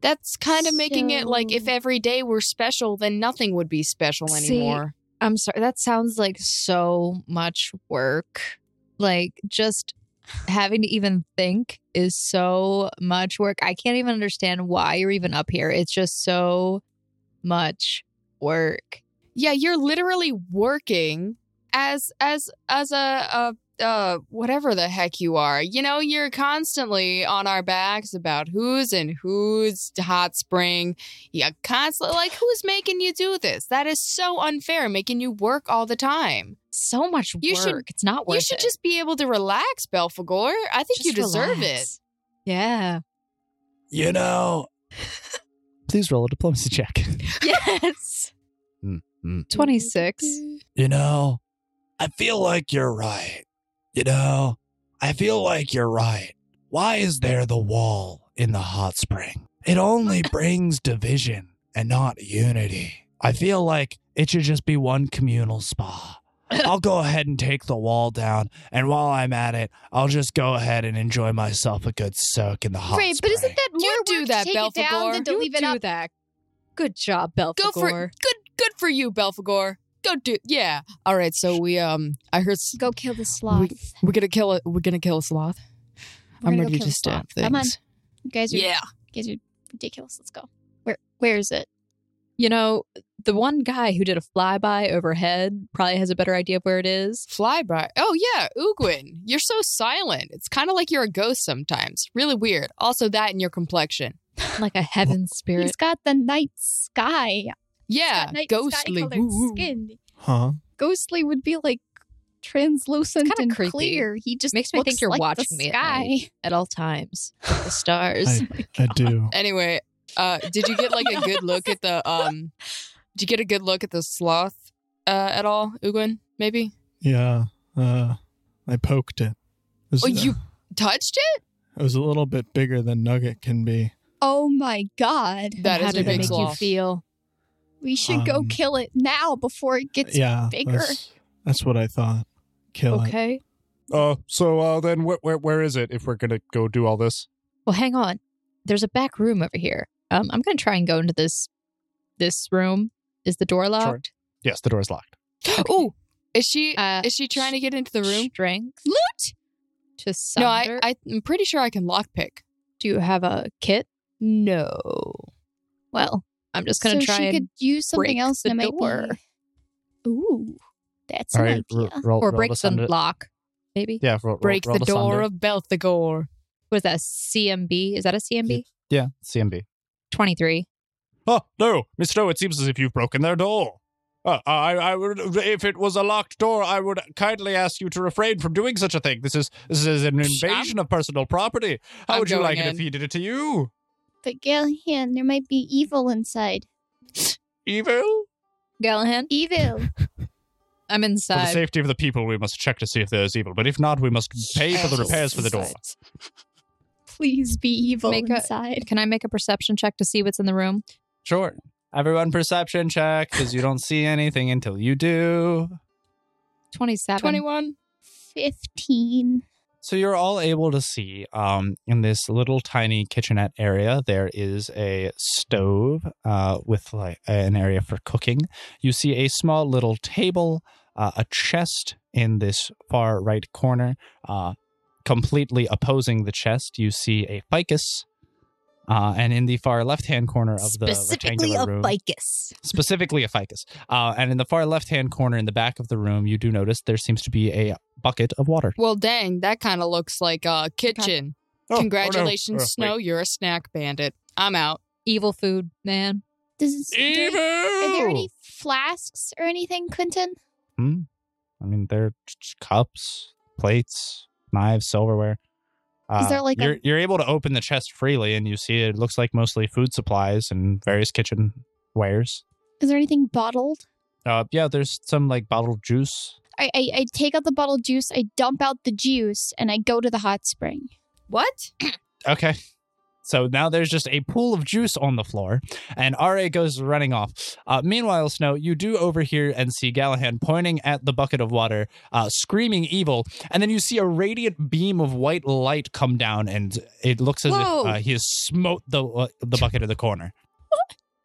S5: That's kind of making it like if
S4: So-
S5: every day were special, then nothing would be special
S2: See,
S5: anymore.
S2: I'm sorry. That sounds like so much work. Like just having to even think is so much work. I can't even understand why you're even up here. It's just so much work.
S5: yeah, you're literally working as as as a, a uh whatever the heck you are. You know, you're constantly on our backs about who's in who's hot spring. Yeah, constantly like who's making you do this? That is so unfair, making you work all the time.
S2: So much
S5: You
S2: work.
S5: should-
S2: it's not worth
S5: you should
S2: it.
S5: just be able to relax, Belphegor. I think you
S2: Just
S5: deserve
S2: relax. Yeah.
S3: You know,
S12: [LAUGHS] Please roll a diplomacy check.
S2: [LAUGHS] Yes.
S3: Mm, mm.
S2: 26.
S3: you know, I feel like you're right. You know, I feel like you're right. Why is there the wall in the hot spring? It
S4: [LAUGHS]
S3: only brings division and not unity. I feel like it should just be one communal
S4: [LAUGHS]
S3: spa. I'll go ahead and take the wall down, and while I'm at it, I'll just go ahead and enjoy myself a good soak in the hot
S4: Right,
S3: spring.
S4: but isn't that more
S5: You do
S4: work to
S5: that,
S4: take it down than to
S2: You
S4: leave it
S2: do
S4: up?
S2: that. Good job,
S5: it. Go
S2: Belphegor.
S5: for good good for you, Belphegor. Go do yeah. All right, so we um I heard s-
S4: Go kill the sloth.
S5: we're gonna kill a we're gonna kill a sloth.
S4: We're
S5: I'm
S4: gonna go
S5: ready
S4: kill
S5: to
S4: the sloth.
S5: stab things.
S4: Come on. You guys are
S5: Yeah.
S4: you guys are ridiculous. Let's go. Where where is it?
S2: You know, the one guy who did a flyby overhead probably has a better idea of where it is.
S5: Fly by. Oh yeah, Uguin. You're so silent. It's kind of like you're a ghost sometimes. Really weird. Also that and your complexion.
S2: Like a heaven spirit.
S4: He's got the night sky.
S5: Yeah,
S4: Got night
S5: ghostly.
S4: sky-colored
S5: Woo, woo.
S4: skin.
S6: Huh?
S4: Ghostly would be like translucent
S2: kinda
S4: and
S2: creepy.
S4: clear. He just
S2: Makes me think
S4: looks
S2: you're
S4: like the
S2: watching me at
S4: sky.
S2: night. at all times. The stars.
S6: I do.
S5: Anyway, uh did you get like a good look at the um did you get a good look at the sloth uh at all, Uguin? Maybe?
S6: Yeah. Uh, I poked it. It was, uh,
S5: Oh, you touched it?
S6: it was a little bit bigger than Nugget can be.
S4: Oh my god.
S5: That
S2: How
S5: is a
S2: did it
S5: big
S2: make you
S5: sloth.
S2: feel?
S4: We should go
S6: Um,
S4: kill it now before it gets
S6: yeah.
S4: bigger.
S6: That's, that's what I thought. Kill it.
S2: Okay.
S3: Oh, so uh, then wh- wh- where is it if we're going to go do all this?
S2: Well, hang on. There's a back room over here. Um, I'm gonna try and go into this this room. Is the door locked?
S3: Yes,
S5: [GASPS]
S3: the door's locked.
S5: Oh, is she
S2: Uh,
S5: is she trying to get into the room?
S2: Strength.
S5: Loot?
S2: to
S5: No,
S2: Sunder?
S5: I, I I'm pretty sure I can lockpick.
S2: do you have a kit?
S5: No.
S2: Well, I'm just gonna
S4: so
S2: try
S4: she
S2: and
S4: could use something
S2: break
S4: else
S2: the
S4: and it might
S2: door.
S4: be. Ooh, that's
S3: All
S4: an
S3: right,
S4: idea.
S3: r- roll,
S2: or
S3: roll
S2: break
S3: to
S2: the
S3: sunder-
S2: lock. Maybe
S3: Yeah, roll, roll-
S5: Break
S3: roll
S5: the
S3: to
S5: door
S3: sunder.
S5: of Belthagor.
S2: was that CMB? Is that a CMB?
S3: Yeah, CMB.
S2: Twenty three.
S3: Oh no, Mister O! It seems as if you've broken their door. Uh, I, I would, if it was a locked door, I would kindly ask you to refrain from doing such a thing. This is, this is an
S5: Psh, I'm-
S3: invasion of personal property. How
S5: I'm
S3: would you
S5: going
S3: like it if
S5: in.
S3: he did it to you?
S4: But Galhan, there might be evil inside.
S3: Evil.
S2: Gallahan, [LAUGHS]
S4: Evil.
S2: I'm
S3: For the
S2: inside.
S3: safety of the people, we must check to see if there is evil. But if not, we must pay for the repairs for the door.
S4: Please be evil
S2: Make a-
S4: inside.
S2: Can I make a perception check to see what's in the room?
S3: Sure. Everyone, perception check because you don't see anything until you do.
S2: Twenty seven.
S5: Twenty one.
S4: 15.
S3: So you're all able to see um, in this little tiny kitchenette area, there is a stove uh, with like an area for cooking. You see a small little table, uh, a chest in this far right corner. Uh, completely opposing the chest, you see a ficus. Uh, and in the far left-hand corner of the rectangular room,
S2: ficus.
S3: specifically a ficus. Uh, and in the far left-hand corner, in the back of the room, you do notice there seems to be a bucket of water.
S5: Well, dang, that kind of looks like a kitchen.
S3: Oh,
S5: Congratulations, Snow. You're a snack bandit. I'm out.
S2: Evil food, man.
S4: Does, do we-
S3: Evil.
S4: are there any
S3: Oh.
S4: flasks or anything, Quentin?
S3: I mean, they're t- t- cups, plates, knives, silverware. Uh,
S4: there like a-
S3: you're, you're able to open the chest freely, and you see it looks like mostly food supplies and various kitchen wares.
S4: Is there anything bottled?
S3: Uh, yeah, there's some like bottled juice.
S4: I, I, I take out the bottled juice, I dump out the juice, and I go to the hot spring.
S7: What?
S3: Okay. So now there's just a pool of juice on the floor, and Ra goes running off. Uh, meanwhile, Snow, you do overhear and see Gallahan pointing at the bucket of water, uh, screaming evil, and then you see a radiant beam of white light come down, and it looks as
S2: Whoa.
S3: if uh, he has smote the uh, the bucket of the corner.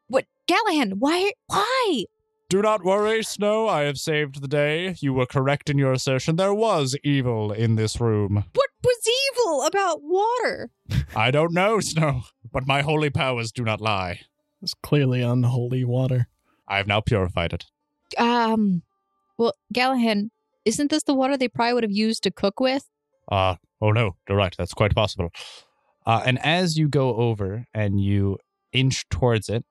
S2: What Gallahan, why why?
S3: Do not worry, Snow. I have saved the day. You were correct in your assertion. There was evil in this room.
S2: What was evil about water?
S3: I don't know, [LAUGHS] Snow, but my holy powers do not lie.
S6: It's clearly unholy water.
S3: I have now purified it.
S2: Um well, Gallahan, isn't this the water they probably would have used to cook with?
S3: Uh, oh no, you're right. That's quite possible. Uh, and as you go over and you inch towards it,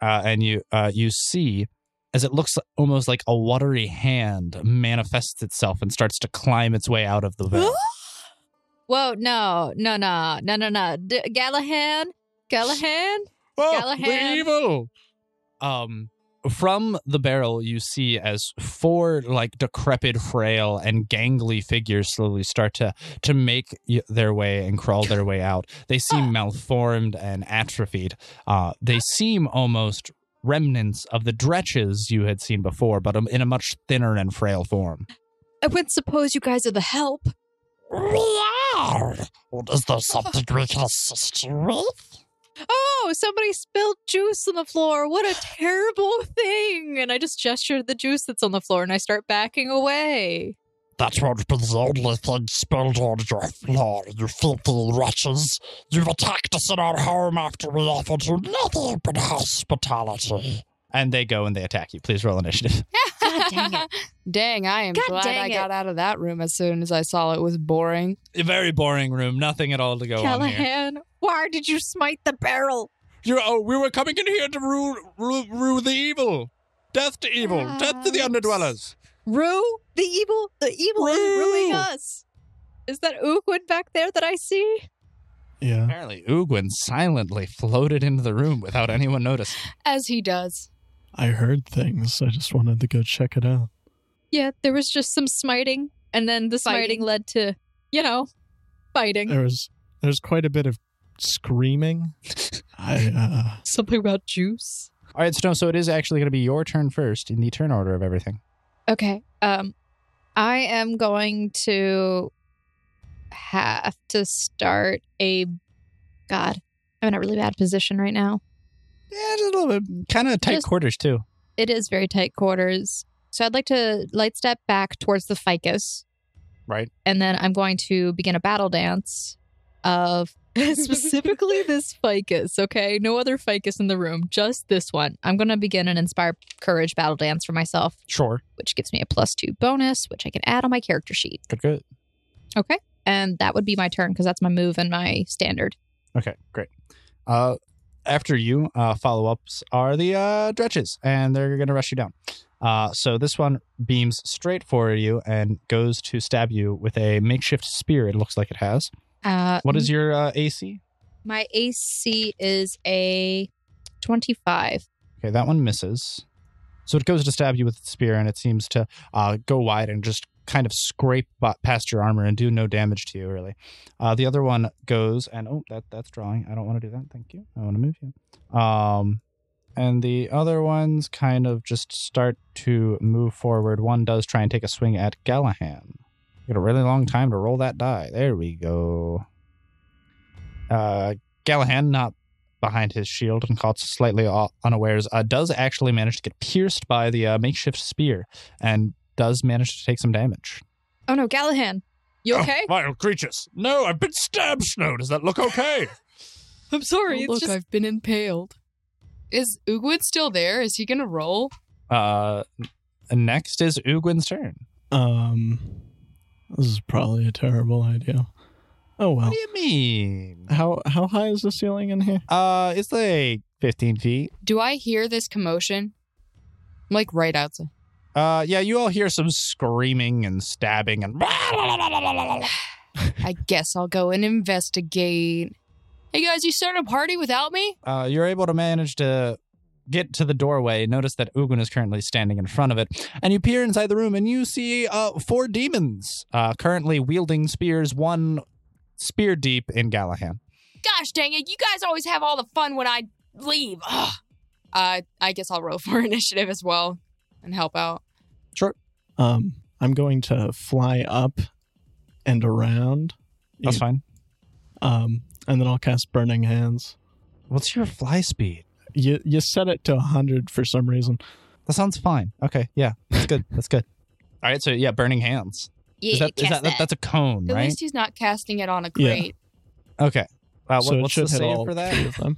S3: uh, and you uh, you see as it looks almost like a watery hand manifests itself and starts to climb its way out of the well.
S2: Whoa, no, no, no, no, no, no. D- Gallahan? Gallahan?
S3: Oh,
S2: Galahad.
S3: the evil. Um, from the barrel, you see as four like decrepit, frail, and gangly figures slowly start to to make y- their way and crawl their way out. They seem malformed and atrophied. Uh, they seem almost remnants of the dretches you had seen before, but um, in a much thinner and frail form.
S2: I wouldn't suppose you guys are the help.
S12: Is there something we can assist you with?
S2: Oh, somebody spilled juice on the floor. What a terrible [LAUGHS] thing. And I just gestured the juice that's on the floor and I start backing away.
S12: That won't be the only thing spilled on your floor, you filthy wretches. You've attacked us in our home after we offered you nothing but hospitality.
S3: And they go and they attack you. Please roll initiative.
S2: God dang it.
S5: [LAUGHS] Dang, I am
S2: God
S5: glad
S2: dang
S5: I
S2: it.
S5: got out of that room as soon as I saw it was boring.
S3: A very boring room. Nothing at all to go on here.
S2: Callahan, why did you smite the barrel?
S3: You, oh, we were coming in here to rule, rule, rule the evil. Death to evil. Death to the underdwellers.
S2: Rue? The evil? The evil is ruining us. Is that Oogwood back there that I see?
S6: Yeah.
S3: Apparently, Ugwin silently floated into the room without anyone noticing.
S5: As he does.
S6: I heard things. I just wanted to go check it out.
S2: Yeah, there was just some smiting, and then the smiting
S5: Fighting.
S2: led to, you know, fighting.
S6: There was there's quite a bit of screaming. I uh
S2: Something about juice.
S3: All right, Snow, so it is actually going to be your turn first in the turn order of everything.
S2: Okay. Um, I am going to have to start a. God, I'm in a really bad position right now.
S3: Yeah, just a little bit. Kind of tight
S2: Just-
S3: quarters, too.
S2: It is very tight quarters, so I'd like to light step back towards the ficus.
S3: Right.
S2: And then I'm going to begin a battle dance of [LAUGHS]
S3: [LAUGHS]
S2: specifically this ficus, okay? No other ficus in the room, just this one. I'm going to begin an inspire courage battle dance for myself,
S3: Sure.
S2: which gives me a plus two bonus, which I can add on my character sheet.
S3: Good. Good.
S2: Okay. And that would be my turn because that's my move and my standard.
S3: Okay, great. Uh, after you, uh, follow ups are the uh, dretches, and they're going to rush you down. Uh, so this one beams straight for you and goes to stab you with a makeshift spear, it looks like it has.
S2: Uh,
S3: What is your uh, AC?
S2: my AC? Is a 25.
S3: Okay, that one misses. So it goes to stab you with the spear, and it seems to uh, go wide and just kind of scrape bu- past your armor and do no damage to you, really. Uh, the other one goes, and oh, that that's drawing. I don't want to do that. Thank you. I want to move you. Um, and the other ones kind of just start to move forward. One does try and take a swing at Gallahan. You got a really long time to roll that die. There we go. Uh, Gallahan, not behind his shield and caught slightly au- unawares, uh, does actually manage to get pierced by the uh, makeshift spear and does manage to take some damage.
S2: Oh no, Gallahan. You
S3: Oh.
S2: okay?
S3: Vile creatures! No, I've been stabbed, Snow. Does that look okay?
S2: I'm sorry.
S5: Oh, look,
S2: it's just
S5: I've been impaled. Is Ugwid still there? Is he gonna roll?
S3: [LAUGHS] uh, next is Ugwin's turn.
S6: Um, this is probably a terrible idea. Oh
S3: What
S6: well.
S3: do you mean?
S6: How how high is the ceiling in here?
S3: Uh, it's like 15 feet.
S5: Do I hear this commotion? I'm like right outside.
S3: Uh, yeah, you all hear some screaming and stabbing and.
S5: I guess I'll go and investigate. Hey guys, you started a party without me?
S3: Uh, you're able to manage to get to the doorway. Notice that Ugin is currently standing in front of it, and you peer inside the room, and you see uh, four demons uh, currently wielding spears, one spear deep in Gallahan.
S5: Gosh dang it, you guys always have all the fun when I leave. Ugh. Uh, I guess I'll roll [LAUGHS] for initiative as well and help out.
S6: Um, I'm going to fly up and around.
S3: That's
S6: Yeah.
S3: fine.
S6: Um, and then I'll cast Burning Hands.
S3: What's your fly speed?
S6: You you set it to hundred for some reason.
S3: That sounds fine. Okay, yeah, that's good. That's good. All right, so yeah, burning hands.
S2: yeah,
S3: is that, is
S2: cast
S3: that,
S2: that.
S3: that's a cone,
S5: At
S3: right?
S5: least he's not casting it on a
S6: Yeah.
S5: crate.
S3: okay. Uh, what,
S6: so it
S3: what's
S6: should
S3: the
S6: hit
S3: save
S6: all
S3: for
S6: three
S3: that?
S6: of
S3: [LAUGHS]
S6: them.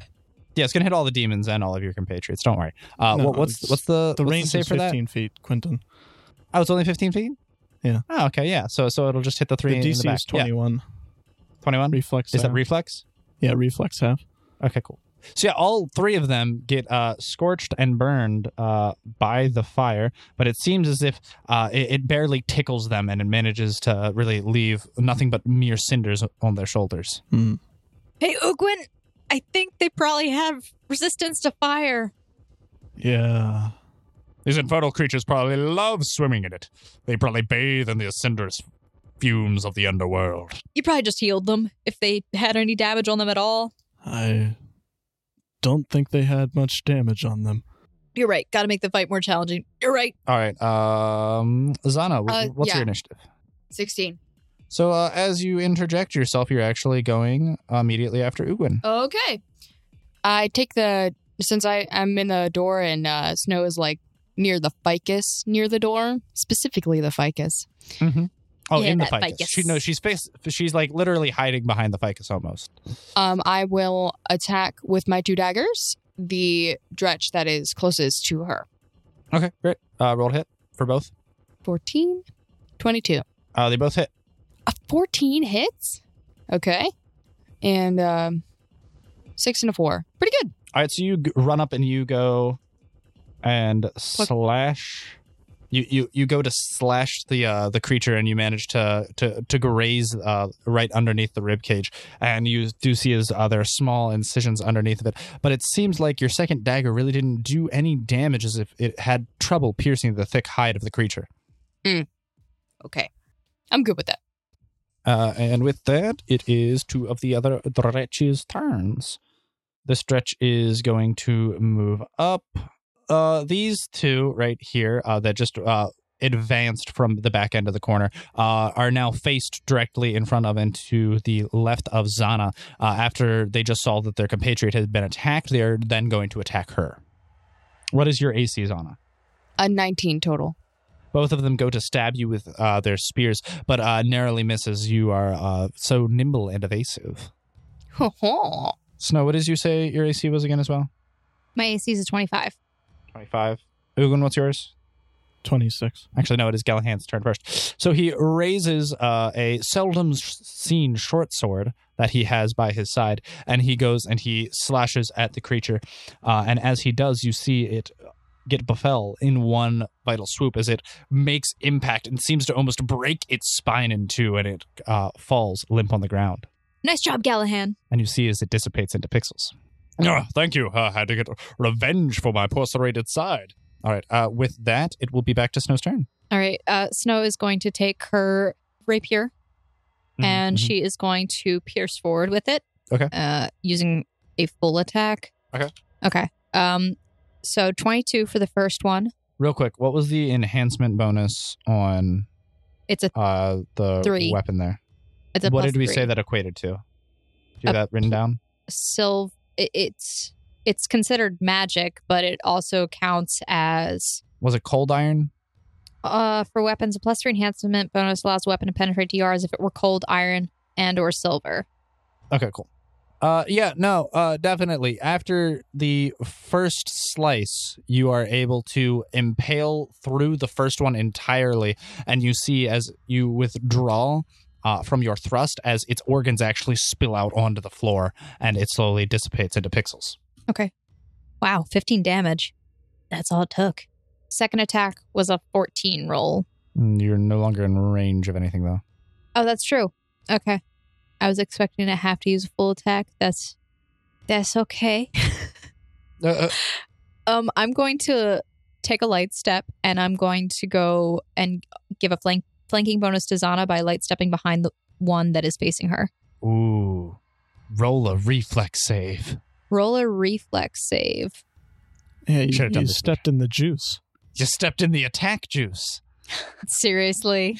S3: Yeah, it's gonna hit all the demons and all of your compatriots. Don't worry. Uh,
S6: No,
S3: what, what's
S6: it's-
S3: what's the
S6: The
S3: what's
S6: range
S3: save
S6: is
S3: for that?
S6: fifteen feet, Quentin.
S3: Oh, it's only 15 feet?
S6: Yeah.
S3: Oh, okay. Yeah. So so it'll just hit the three
S6: the
S3: in the
S6: DC
S3: back.
S6: is twenty one.
S3: Yeah, 21.
S6: Reflex.
S3: Is that
S6: half.
S3: reflex?
S6: yeah, reflex half.
S3: Okay, cool. So yeah, all three of them get uh, scorched and burned uh, by the fire, but it seems as if uh, it, it barely tickles them, and it manages to really leave nothing but mere cinders on their shoulders.
S2: Hey, Ugwin, I think they probably have resistance to fire.
S6: Yeah.
S3: These infernal creatures probably love swimming in it. They probably bathe in the cinders fumes of the underworld.
S2: You probably just healed them if they had any damage on them at all.
S6: I don't think they had much damage on them.
S2: You're right. Got to make the fight more challenging. You're right.
S3: All right, um, Zana, wh-
S5: Uh,
S3: what's
S5: yeah.
S3: your initiative?
S5: 16.
S3: So uh, as you interject yourself, you're actually going immediately after Ugwin.
S5: Okay. I take the since I I'm in the door and uh, Snow is like near the ficus near the door, specifically the ficus.
S3: Oh,
S2: Yeah,
S3: in the
S2: that
S3: ficus.
S2: ficus.
S3: She no, she's face. She's like literally hiding behind the ficus almost.
S5: Um, I will attack with my two daggers the dretch that is closest to her.
S3: Okay, great. Uh, roll to hit for both.
S5: 14, 22.
S3: Uh, they both hit.
S5: A 14 hits. Okay. And um, six and a four. Pretty good.
S3: All right, so you g- run up and you go and slash. You, you you go to slash the uh, the creature and you manage to to to graze uh, right underneath the rib cage and you do see his uh, there are small incisions underneath of it but it seems like your second dagger really didn't do any damage as if it had trouble piercing the thick hide of the creature
S5: Okay. I'm good with that.
S3: Uh, and with that, it is two of the other Dretch's turns. The stretch is going to move up. Uh, these two right here uh, that just uh, advanced from the back end of the corner uh, are now faced directly in front of and to the left of Zana. Uh, after they just saw that their compatriot had been attacked, they are then going to attack her. What is your AC, Zana?
S5: A 19 total.
S3: Both of them go to stab you with uh, their spears, but uh, narrowly misses. You are uh, so nimble and evasive. Snow, what did you say your AC was again as well?
S2: My AC is 25.
S3: 25. Ugun, what's yours?
S6: 26.
S3: Actually, no, it is Galahan's turn first. So he raises uh, a seldom sh- seen short sword that he has by his side, and he goes and he slashes at the creature. Uh, and as he does, you see it get befell in one vital swoop as it makes impact and seems to almost break its spine in two, and it uh, falls limp on the ground.
S2: Nice job, Gallahan.
S3: And you see as it dissipates into pixels. Ah, thank you. I had to get revenge for my perforated side. All right. Uh, with that, it will be back to Snow's turn.
S2: All right. Uh, Snow is going to take her rapier and
S3: Mhm.
S2: she is going to pierce forward with it.
S3: Okay.
S2: Uh, using a full attack.
S3: Okay.
S2: Okay. Um, so 22 for the first one.
S3: Real quick, what was the enhancement bonus on
S2: It's a
S3: uh, the
S2: Three.
S3: weapon there?
S2: it's a
S3: what
S2: plus
S3: did we
S2: three.
S3: say that equated to? Do you
S2: A
S3: have that written down?
S2: Sylv it, it's it's considered magic, but it also counts as
S3: Was it cold iron?
S2: uh for weapons a plus three enhancement bonus allows weapon to penetrate DRs if it were cold iron and or silver.
S3: Okay, cool. Uh, yeah, no, uh, definitely. After the first slice, you are able to impale through the first one entirely, and you see as you withdraw uh, from your thrust, as its organs actually spill out onto the floor, and it slowly dissipates into pixels.
S2: Wow, 15 damage. That's all it took. Second attack was a 14 roll.
S3: Mm, You're no longer in range of anything, though.
S2: Oh, that's true. Okay. I was expecting to have to use a full attack. That's that's okay.
S3: Uh, uh,
S2: Um, I'm going to take a light step, and I'm going to go and give a flank flanking bonus to Zana by light stepping behind the one that is facing her.
S3: Ooh, roll a reflex save.
S2: Roll a reflex save.
S6: Yeah, you,
S3: Should've done
S6: you
S3: this
S6: stepped in the juice.
S3: You stepped in the attack juice.
S2: Seriously,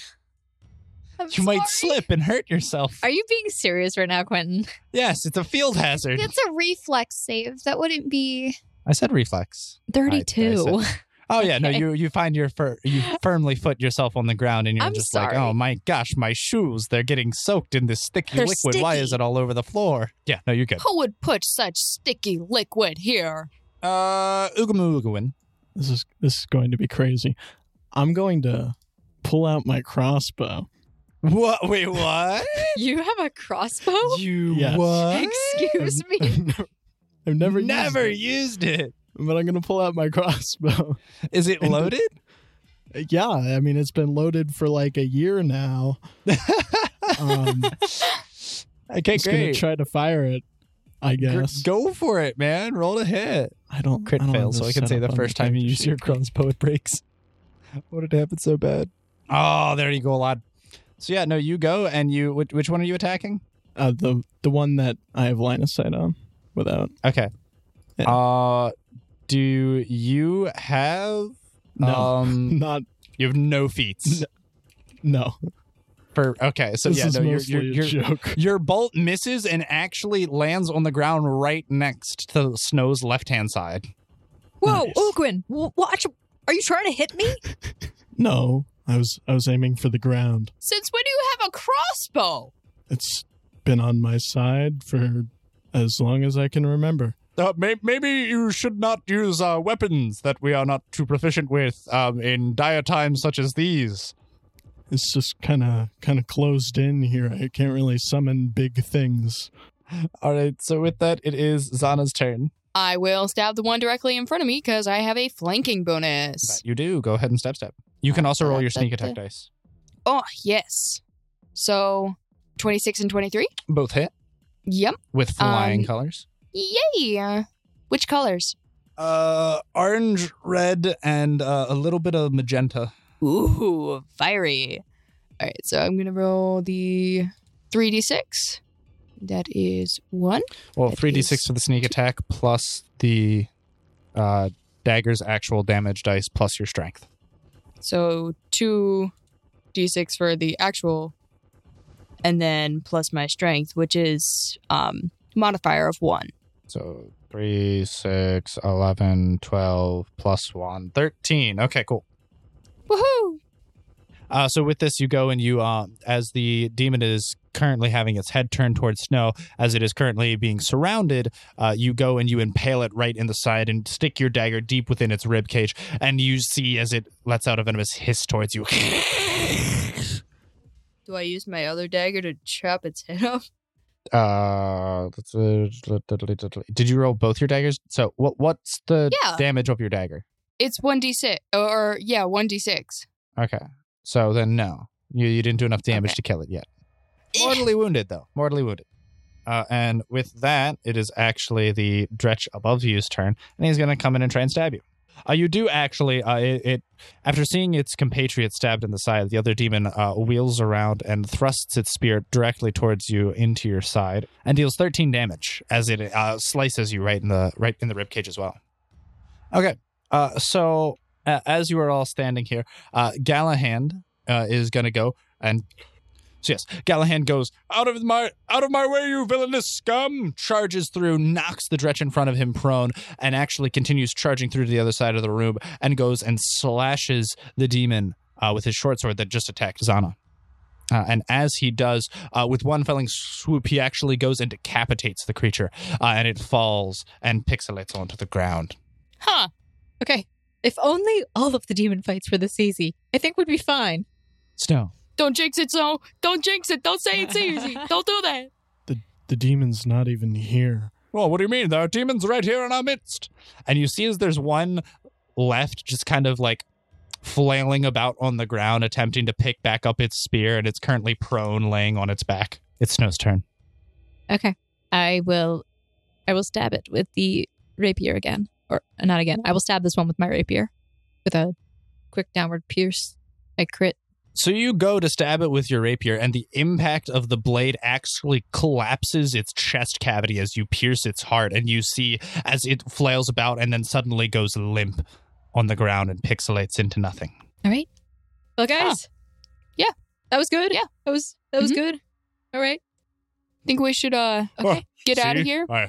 S2: I'm
S3: You might
S2: sorry.
S3: slip and hurt yourself.
S2: Are you being serious right now, Quentin?
S3: Yes, it's a field hazard.
S4: That's a reflex save. That wouldn't be.
S3: I said reflex.
S2: Thirty-two.
S3: [LAUGHS] I Oh yeah, no,
S2: Okay.
S3: you you find your fir- you firmly foot yourself on the ground and you're
S2: I'm
S3: just like,
S2: sorry.
S3: oh my gosh, my shoes, they're getting soaked in this sticky
S7: They're
S3: liquid. Why is
S7: sticky.
S3: it all over the floor? Yeah, no, you're good.
S7: Who would put such sticky liquid here?
S3: Uh Ugamu Uguin.
S6: This is this is going to be crazy. I'm going to pull out my crossbow.
S3: What
S2: [LAUGHS]
S3: wait, what?
S2: you have a crossbow.
S3: you
S6: Yes.
S3: what?
S2: Excuse
S6: [LAUGHS]
S2: me.
S6: I've never used
S3: never
S6: it,
S3: used it.
S6: but I'm going to pull out my [LAUGHS] crossbow.
S3: Is it
S6: And-
S3: loaded?
S6: yeah, I mean it's been loaded for like a
S3: [LAUGHS]
S6: year now. um,
S3: okay,
S6: just going to try to fire it. I
S3: Gr-
S6: guess
S3: Go for it, man. Roll a
S6: [LAUGHS]
S3: hit.
S6: I don't
S3: Crit
S6: I don't have
S3: fails, so
S6: this
S3: I can
S6: set
S3: say
S6: up
S3: the
S6: on
S3: first time you
S6: character
S3: use your
S6: sheet.
S3: crossbow, it breaks.
S12: What did happen so bad?
S3: Oh, there you go, lad. So yeah, no, you go and you. Which, which one are you attacking?
S6: uh, the the one that I have line of sight on without
S3: Okay.
S6: Yeah.
S3: Uh, do you have?
S6: no [LAUGHS]
S3: Um,
S6: not
S3: you have no feats
S6: No. no
S3: for. Okay, so
S6: this
S3: yeah,
S6: is
S3: no, you're,
S6: mostly
S3: you're,
S6: a
S3: you're,
S6: joke
S3: your bolt misses and actually lands on the ground right next to Snow's left hand side.
S2: Whoa,
S6: Nice.
S2: Uguin, w- watch. Are you trying to hit me?
S6: no I was I was aiming for the ground
S7: Since when do you have a crossbow?
S6: it's been on my side for as long as I can remember
S3: Uh, may- maybe you should not use uh, weapons that we are not too proficient with um, in dire times such as these.
S6: it's just kind of kind of closed in here I can't really summon big things
S3: All right, so with that, it is Zana's turn.
S5: I will stab the one directly in front of me because I have a flanking bonus.
S3: But you do. Go ahead and step step. You can also roll your sneak attack dice.
S5: Oh, yes. So 26 and 23?
S3: Both hit
S5: Yep.
S3: with flying
S5: Um,
S3: colors.
S5: Yay. Which colors?
S3: Uh, orange, red, and uh, a little bit of magenta.
S5: Ooh, fiery. All right, so I'm going to roll the 3d6. That is one.
S3: Well,
S5: It
S3: three d six
S5: is-
S3: for the sneak attack plus the uh, dagger's actual damage dice plus your strength.
S5: So two d6 for the actual, and then plus my strength, which is um, modifier of one.
S3: So three, six, eleven, twelve, plus one, thirteen. Okay, cool.
S5: Woohoo!
S3: Uh, so with this, you go and you, uh, as the demon is currently having its head turned towards snow, as it is currently being surrounded, uh, you go and you impale it right in the side and stick your dagger deep within its rib cage, and you see as it lets out a venomous hiss towards you.
S7: Do I use my other dagger to chop its head off?
S3: uh, that's, uh, did you roll both your daggers? So what? What's the
S5: Yeah.
S3: damage of your dagger?
S5: It's 1d6. Or, yeah, 1d6.
S3: Okay, so then no, you you didn't do enough damage to kill it yet. Mortally wounded though, mortally wounded. Uh, and with that, it is actually the Dretch above you's turn, and he's going to come in and try and stab you. Uh, you do actually. Uh, it, it after seeing its compatriot stabbed in the side, the other demon uh, wheels around and thrusts its spear directly towards you into your side, and deals 13 damage as it uh, slices you right in the right in the ribcage as well. Okay, uh, so uh, as you are all standing here, uh, Galahand uh, is going to go and so yes, Galahand goes out of my out of my way, you villainous scum! Charges through, knocks the dretch in front of him prone, and actually continues charging through to the other side of the room and goes and slashes the demon uh, with his short sword that just attacked Zana. Uh, and as he does, uh, with one felling swoop, he actually goes and decapitates the creature, uh, and it falls and pixelates onto the ground.
S5: Huh.
S2: Okay. If only all of the demon fights were this easy, I think we'd be fine.
S3: Snow.
S5: Don't jinx it, so don't jinx it. Don't say it's easy.
S3: [LAUGHS]
S5: don't do that.
S6: The demon's not even here.
S3: Well, Oh, what do you mean? There are demons right here in our midst. And you see as there's one left just kind of like flailing about on the ground, attempting to pick back up its spear, and it's currently prone, laying on its back. It's Snow's turn.
S2: Okay. I will I will stab it with the rapier again. Or not again. I will stab this one with my rapier. With a quick downward pierce. I crit.
S3: So you go to stab it with your rapier, and the impact of the blade actually collapses its chest cavity as you pierce its heart, and you see as it flails about and then suddenly goes limp on the ground and pixelates into nothing.
S2: Well guys. Yeah. That was good. Yeah. Mm-hmm. That was that was
S5: Mhm.
S2: good. All right.
S5: Think we should uh
S3: Oh,
S5: get out of
S3: See?
S5: here.
S3: I-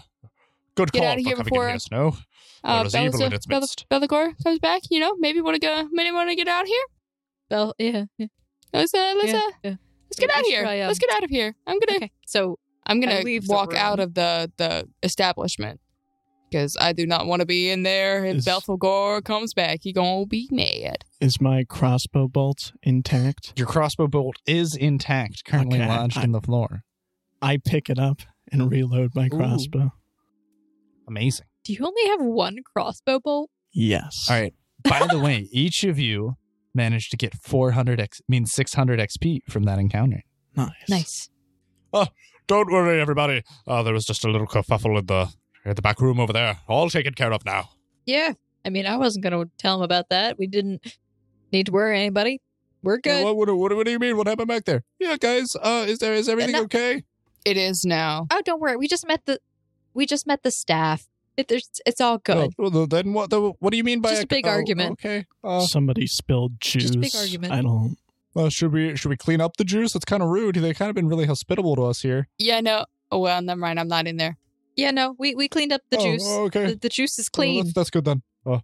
S3: good
S5: Get
S3: call
S5: outta
S3: for
S5: here
S3: coming
S5: before-
S3: in here, Snow.
S5: Uh,
S3: There is evil
S5: Bellazo-
S3: in its
S5: Bella-
S3: midst.
S5: Bellagor comes back. You know, maybe want to go. Maybe want to get out of here.
S2: Well, yeah. [LAUGHS] yeah,
S5: Let's uh, let's
S2: yeah,
S5: uh,
S2: yeah.
S5: let's get
S2: We
S5: out of
S2: should
S5: here.
S2: try, um,
S5: let's get out of here. I'm gonna
S2: Okay. So
S5: I'm gonna
S2: and leave the
S5: walk
S2: room.
S5: out of the the establishment because I do not want to be in there. If
S6: Is-
S5: Belphegor comes back, he gonna be mad.
S6: Is my crossbow bolt intact?
S3: Your crossbow bolt is intact, currently
S6: Okay,
S3: lodged
S6: I-
S3: in the floor.
S6: I pick it up and reload my crossbow.
S3: Amazing.
S2: do you only have one crossbow bolt?
S6: Yes.
S3: All right. By the [LAUGHS] way, each of you managed to get 400 X, means 600 XP from that encounter.
S6: Nice.
S2: Nice.
S3: Don't worry, everybody. Uh, there was just a little kerfuffle in the at the back room over there. All taken care of now.
S2: Yeah. I mean, I wasn't going to tell him about that. We didn't need to worry anybody. We're good.
S3: What, what, what, what do you mean? What happened back there? Yeah, guys. Uh, is there is everything
S2: No.
S3: okay?
S5: It is now.
S2: Oh, don't worry. We just met the we just met the staff. It, there's, it's all
S3: Well,
S2: good.
S3: well, then what? The, what do you mean by
S2: Just a big
S3: oh,
S2: argument.
S3: Okay. Uh,
S6: Somebody spilled juice.
S2: Just a big argument.
S6: I don't.
S3: well, should we should we clean up the juice? That's kind of rude. They've kind of been really hospitable to us here.
S5: Yeah, no. Oh well, never mind. I'm not in there.
S2: Yeah, no, we we cleaned up the
S3: Oh,
S2: juice.
S3: Okay.
S2: The, the juice is
S3: Well,
S2: clean. [LAUGHS]
S3: that's, that's good then. Oh,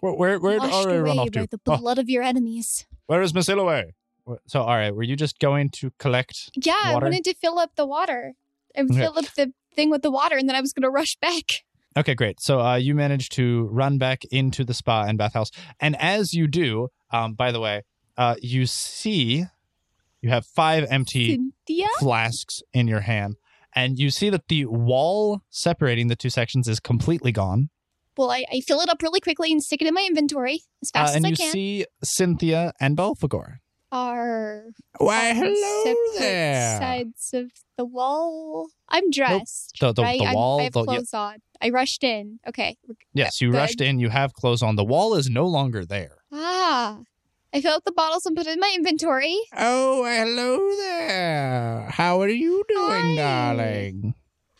S3: where where where did
S4: Washed
S3: Ari
S4: away
S3: run off
S4: by
S3: to?
S4: the
S3: Oh,
S4: blood of your enemies.
S3: where is Miss Illaway? Wh- So, all right, were you just going to collect?
S4: Yeah, I
S3: Water?
S4: wanted to fill up the water and
S3: Okay.
S4: fill up the thing with the water, and then I was going to rush back.
S3: Okay, great. So uh, you managed to run back into the spa and bathhouse, and as you do, um, by the way, uh, you see you have five empty
S4: Cynthia?
S3: flasks in your hand, and you see that the wall separating the two sections is completely gone.
S4: Well, I, I fill it up really quickly and stick it in my inventory as
S3: Uh,
S4: fast
S3: and
S4: as I
S3: you
S4: can.
S3: see Cynthia and Belphegor.
S4: Are
S3: Why,
S4: on separate sides of the wall. I'm dressed.
S3: The- the- the
S4: right? I'm-
S3: wall,
S4: I have
S3: the- yeah.
S4: clothes on. I rushed in. Okay.
S3: Yes, you
S4: Good.
S3: rushed in. You have clothes on. The wall is no longer there.
S4: Ah. I fill up the bottles and put it in my inventory.
S1: Oh, hello there. How are you doing,
S4: Hi.
S1: darling?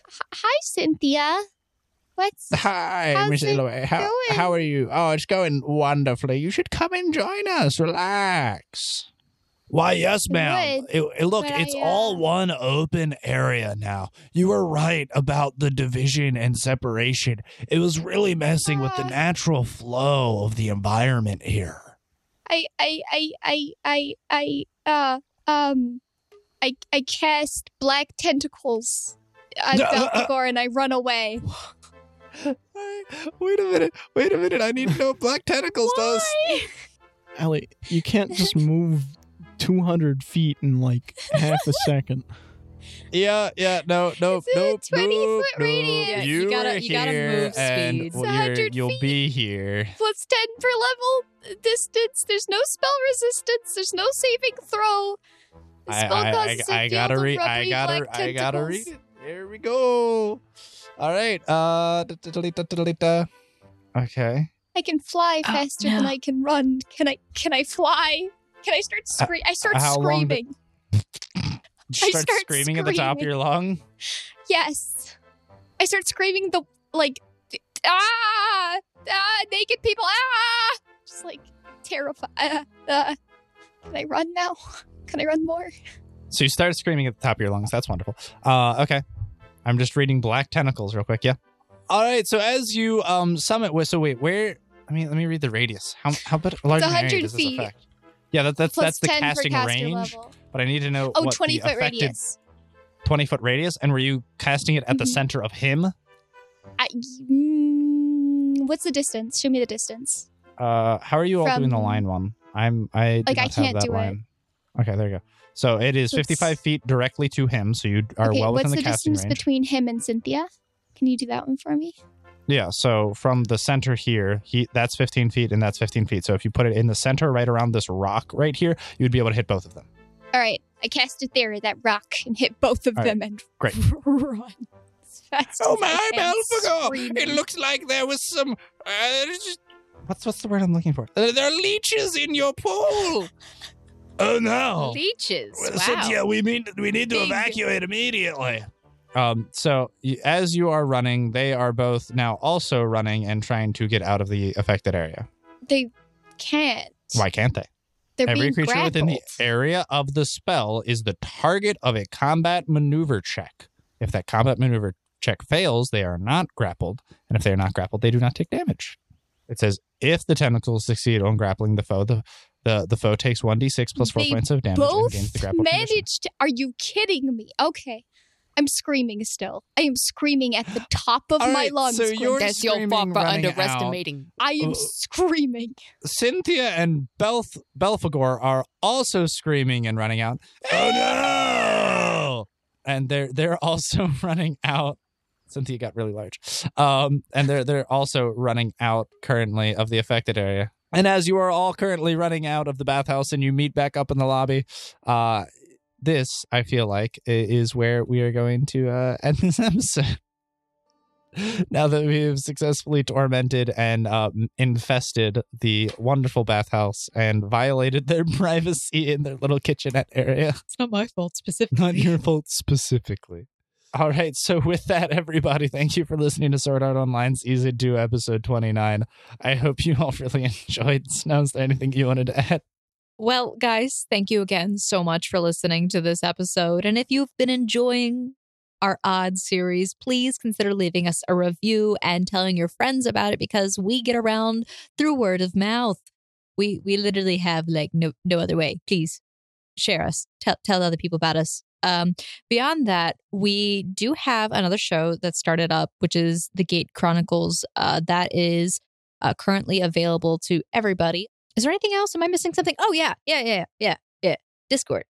S4: H- hi, Cynthia.
S3: [LAUGHS]
S4: What's
S1: Hi,
S4: How's
S1: Miss
S4: it
S1: Illaway. How,
S4: going?
S1: how are you? Oh, it's going wonderfully. You should come and join us. Relax.
S3: Why, yes,
S4: I
S3: ma'am.
S4: would,
S3: It, it- look,
S4: but
S3: it's
S4: I, uh,
S3: all one open area now. You were right about the division and separation. It was really messing with the
S4: Uh,
S3: natural flow of the environment here.
S4: I I I I I I uh um I I cast black tentacles
S3: [LAUGHS]
S4: on Belphegor and I run away.
S3: Wait a minute. Wait a minute. I need to know what black tentacles does.
S6: Ellie, you can't
S2: [LAUGHS]
S6: just move 200 feet in like half a second.
S3: Yeah, yeah, no, no,
S4: It's in a
S3: no.
S4: 20 foot
S3: nope, nope.
S4: radius. Yeah,
S2: you
S3: You,
S2: gotta-
S3: were
S2: you gotta
S3: here
S2: move
S3: and
S2: speeds.
S3: well,
S4: It's a
S3: you're-
S4: hundred
S3: you'll
S4: feet.
S3: be here.
S4: Plus 10 per level distance. There's no spell resistance. There's no saving throw. The
S3: I,
S4: spell
S3: I,
S4: causes a
S3: I, I
S4: field
S3: gotta
S4: of
S3: read. I
S4: rubbery
S3: gotta.
S4: black
S3: I gotta
S4: tentacles.
S3: read it. There we go. All right. Uh. da- da- da- da- da- da- da. Okay.
S4: I can fly
S2: Oh,
S4: faster
S2: no.
S4: than I can run. Can I can I fly? Can I start scream? I start
S3: Uh, how long
S4: screaming.
S3: Start
S4: start
S3: screaming at the top of
S4: screaming.
S3: your lung.
S4: Yes. I start screaming the like ah, ah naked people ah just like terrified. Uh, uh, can I run now? [LAUGHS] Can I run more?
S3: So you start screaming at the top of your lungs. That's wonderful. Uh, okay. I'm just reading black tentacles real quick. Yeah. All right. So as you um summit with, so wait, where? I mean, let me read the radius. How how bit large of an area
S4: 100
S3: does this
S4: feet.
S3: affect? Yeah, that, that's
S4: Plus
S3: that's the
S4: 10 for
S3: casting
S4: caster
S3: range.
S4: Level.
S3: But I need to know
S4: Oh,
S3: what
S4: 20
S3: the
S4: foot
S3: affected
S4: radius.
S3: 20 foot radius. And were you casting it at the
S4: Mhm.
S3: center of him?
S4: I, mm, what's the distance? Show me the distance.
S3: Uh, how are you all doing the
S4: From-
S3: line one? I'm I do
S4: Like, I
S3: not have
S4: can't
S3: that
S4: do it.
S3: line. Okay, there you go. So it is
S4: So it's-
S3: 55 feet directly to him. So you are
S4: okay,
S3: well within
S4: what's
S3: the,
S4: the,
S3: casting
S4: distance
S3: range.
S4: between him and Cynthia? Can you do that one for me?
S3: Yeah, so from the center here, he that's 15 feet and that's 15 feet. So if you put it in the center right around this rock right here, you'd be able to hit both of them.
S4: All right, I cast a theory that rock and hit both of
S3: All right,
S4: them and
S3: great.
S4: run. as fast
S3: Oh,
S4: as I can, screaming.
S3: looks like there was some. Uh, what's what's the word I'm looking for? Uh, there are leeches in your pool. [LAUGHS] oh no!
S2: Leeches.
S3: Well,
S2: wow.
S3: we mean we need
S2: Big.
S3: immediately. Um, so y- as you are running, they are both now also running and trying to get out of the affected area.
S4: They can't.
S3: Why can't they?
S4: They're
S3: Every
S4: being
S3: creature
S4: grappled.
S3: within the area of the spell is the target of a combat maneuver check. If that combat maneuver check fails, they are not grappled, and if they are not grappled, they do not take damage. It says if the tentacles succeed on grappling the foe, the the, the foe takes one d six plus four
S4: They
S3: points of damage and
S4: Both
S3: gains the grappled condition.
S4: managed. To, are you kidding me? Okay, I'm screaming still. I am screaming at the top of
S3: All
S4: my
S3: right,
S4: lungs.
S3: so
S4: Gwen.
S3: you're-
S5: That's your
S3: screaming,
S5: papa
S3: running
S5: underestimating.
S4: I am
S3: Oh.
S4: screaming.
S3: Cynthia and Belf Belphegor are also screaming and running out. Oh no! And they're they're also [LAUGHS] running out. Cynthia got really large. Um, and they're they're also running out currently of the affected area. And as you are all currently running out of the bathhouse and you meet back up in the lobby, uh, this I feel like i- is where we are going to uh, [LAUGHS] end this episode. [LAUGHS] Now that we have successfully tormented and uh, infested the wonderful bathhouse and violated their [LAUGHS] privacy in their little kitchenette area, [LAUGHS]
S2: It's not my fault specifically.
S3: not your fault specifically. All right, so with that, everybody, thank you for listening to Sword Art Online's Easy Do episode 29. I hope you all really [LAUGHS] enjoyed. Snow, is there anything you wanted to add?
S2: Well, guys, thank you again so much for listening to this episode. And if you've been enjoying our odd series, please consider leaving us a review and telling your friends about it because we get around through word of mouth. We we literally have like no no other way. Please share us. Tell tell other people about us. Um, beyond that, we do have another show that started up, which is the Gate Chronicles. Uh, that is uh, currently available to everybody is there anything else? Am I missing something? Oh yeah, yeah, yeah, yeah, yeah. Discord.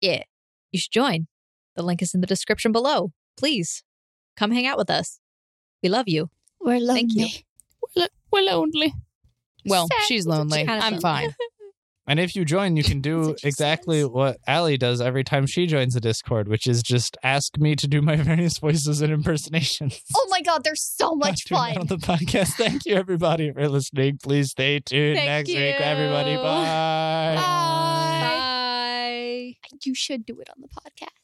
S2: Yeah. You should join. The link is in the description below. Please come hang out with us. We love you.
S4: We're lonely.
S2: Thank you.
S13: We're lonely.
S5: Well,
S4: Sad.
S5: she's lonely.
S2: Kind of
S5: I'm
S2: lonely.
S5: fine.
S3: And if you join, you [LAUGHS] can
S4: That's
S3: do
S4: what she
S3: exactly
S4: says.
S3: what Allie does every time she joins the Discord, which is just ask me to do my [LAUGHS] various voices and impersonations.
S4: Oh my god, they're so much
S3: Tune out
S4: fun.
S3: on the podcast. Thank you, everybody, for listening. Please stay tuned
S2: Thank
S3: next week, everybody.
S2: you.
S3: Bye.
S2: Bye.
S4: You should do it on the podcast.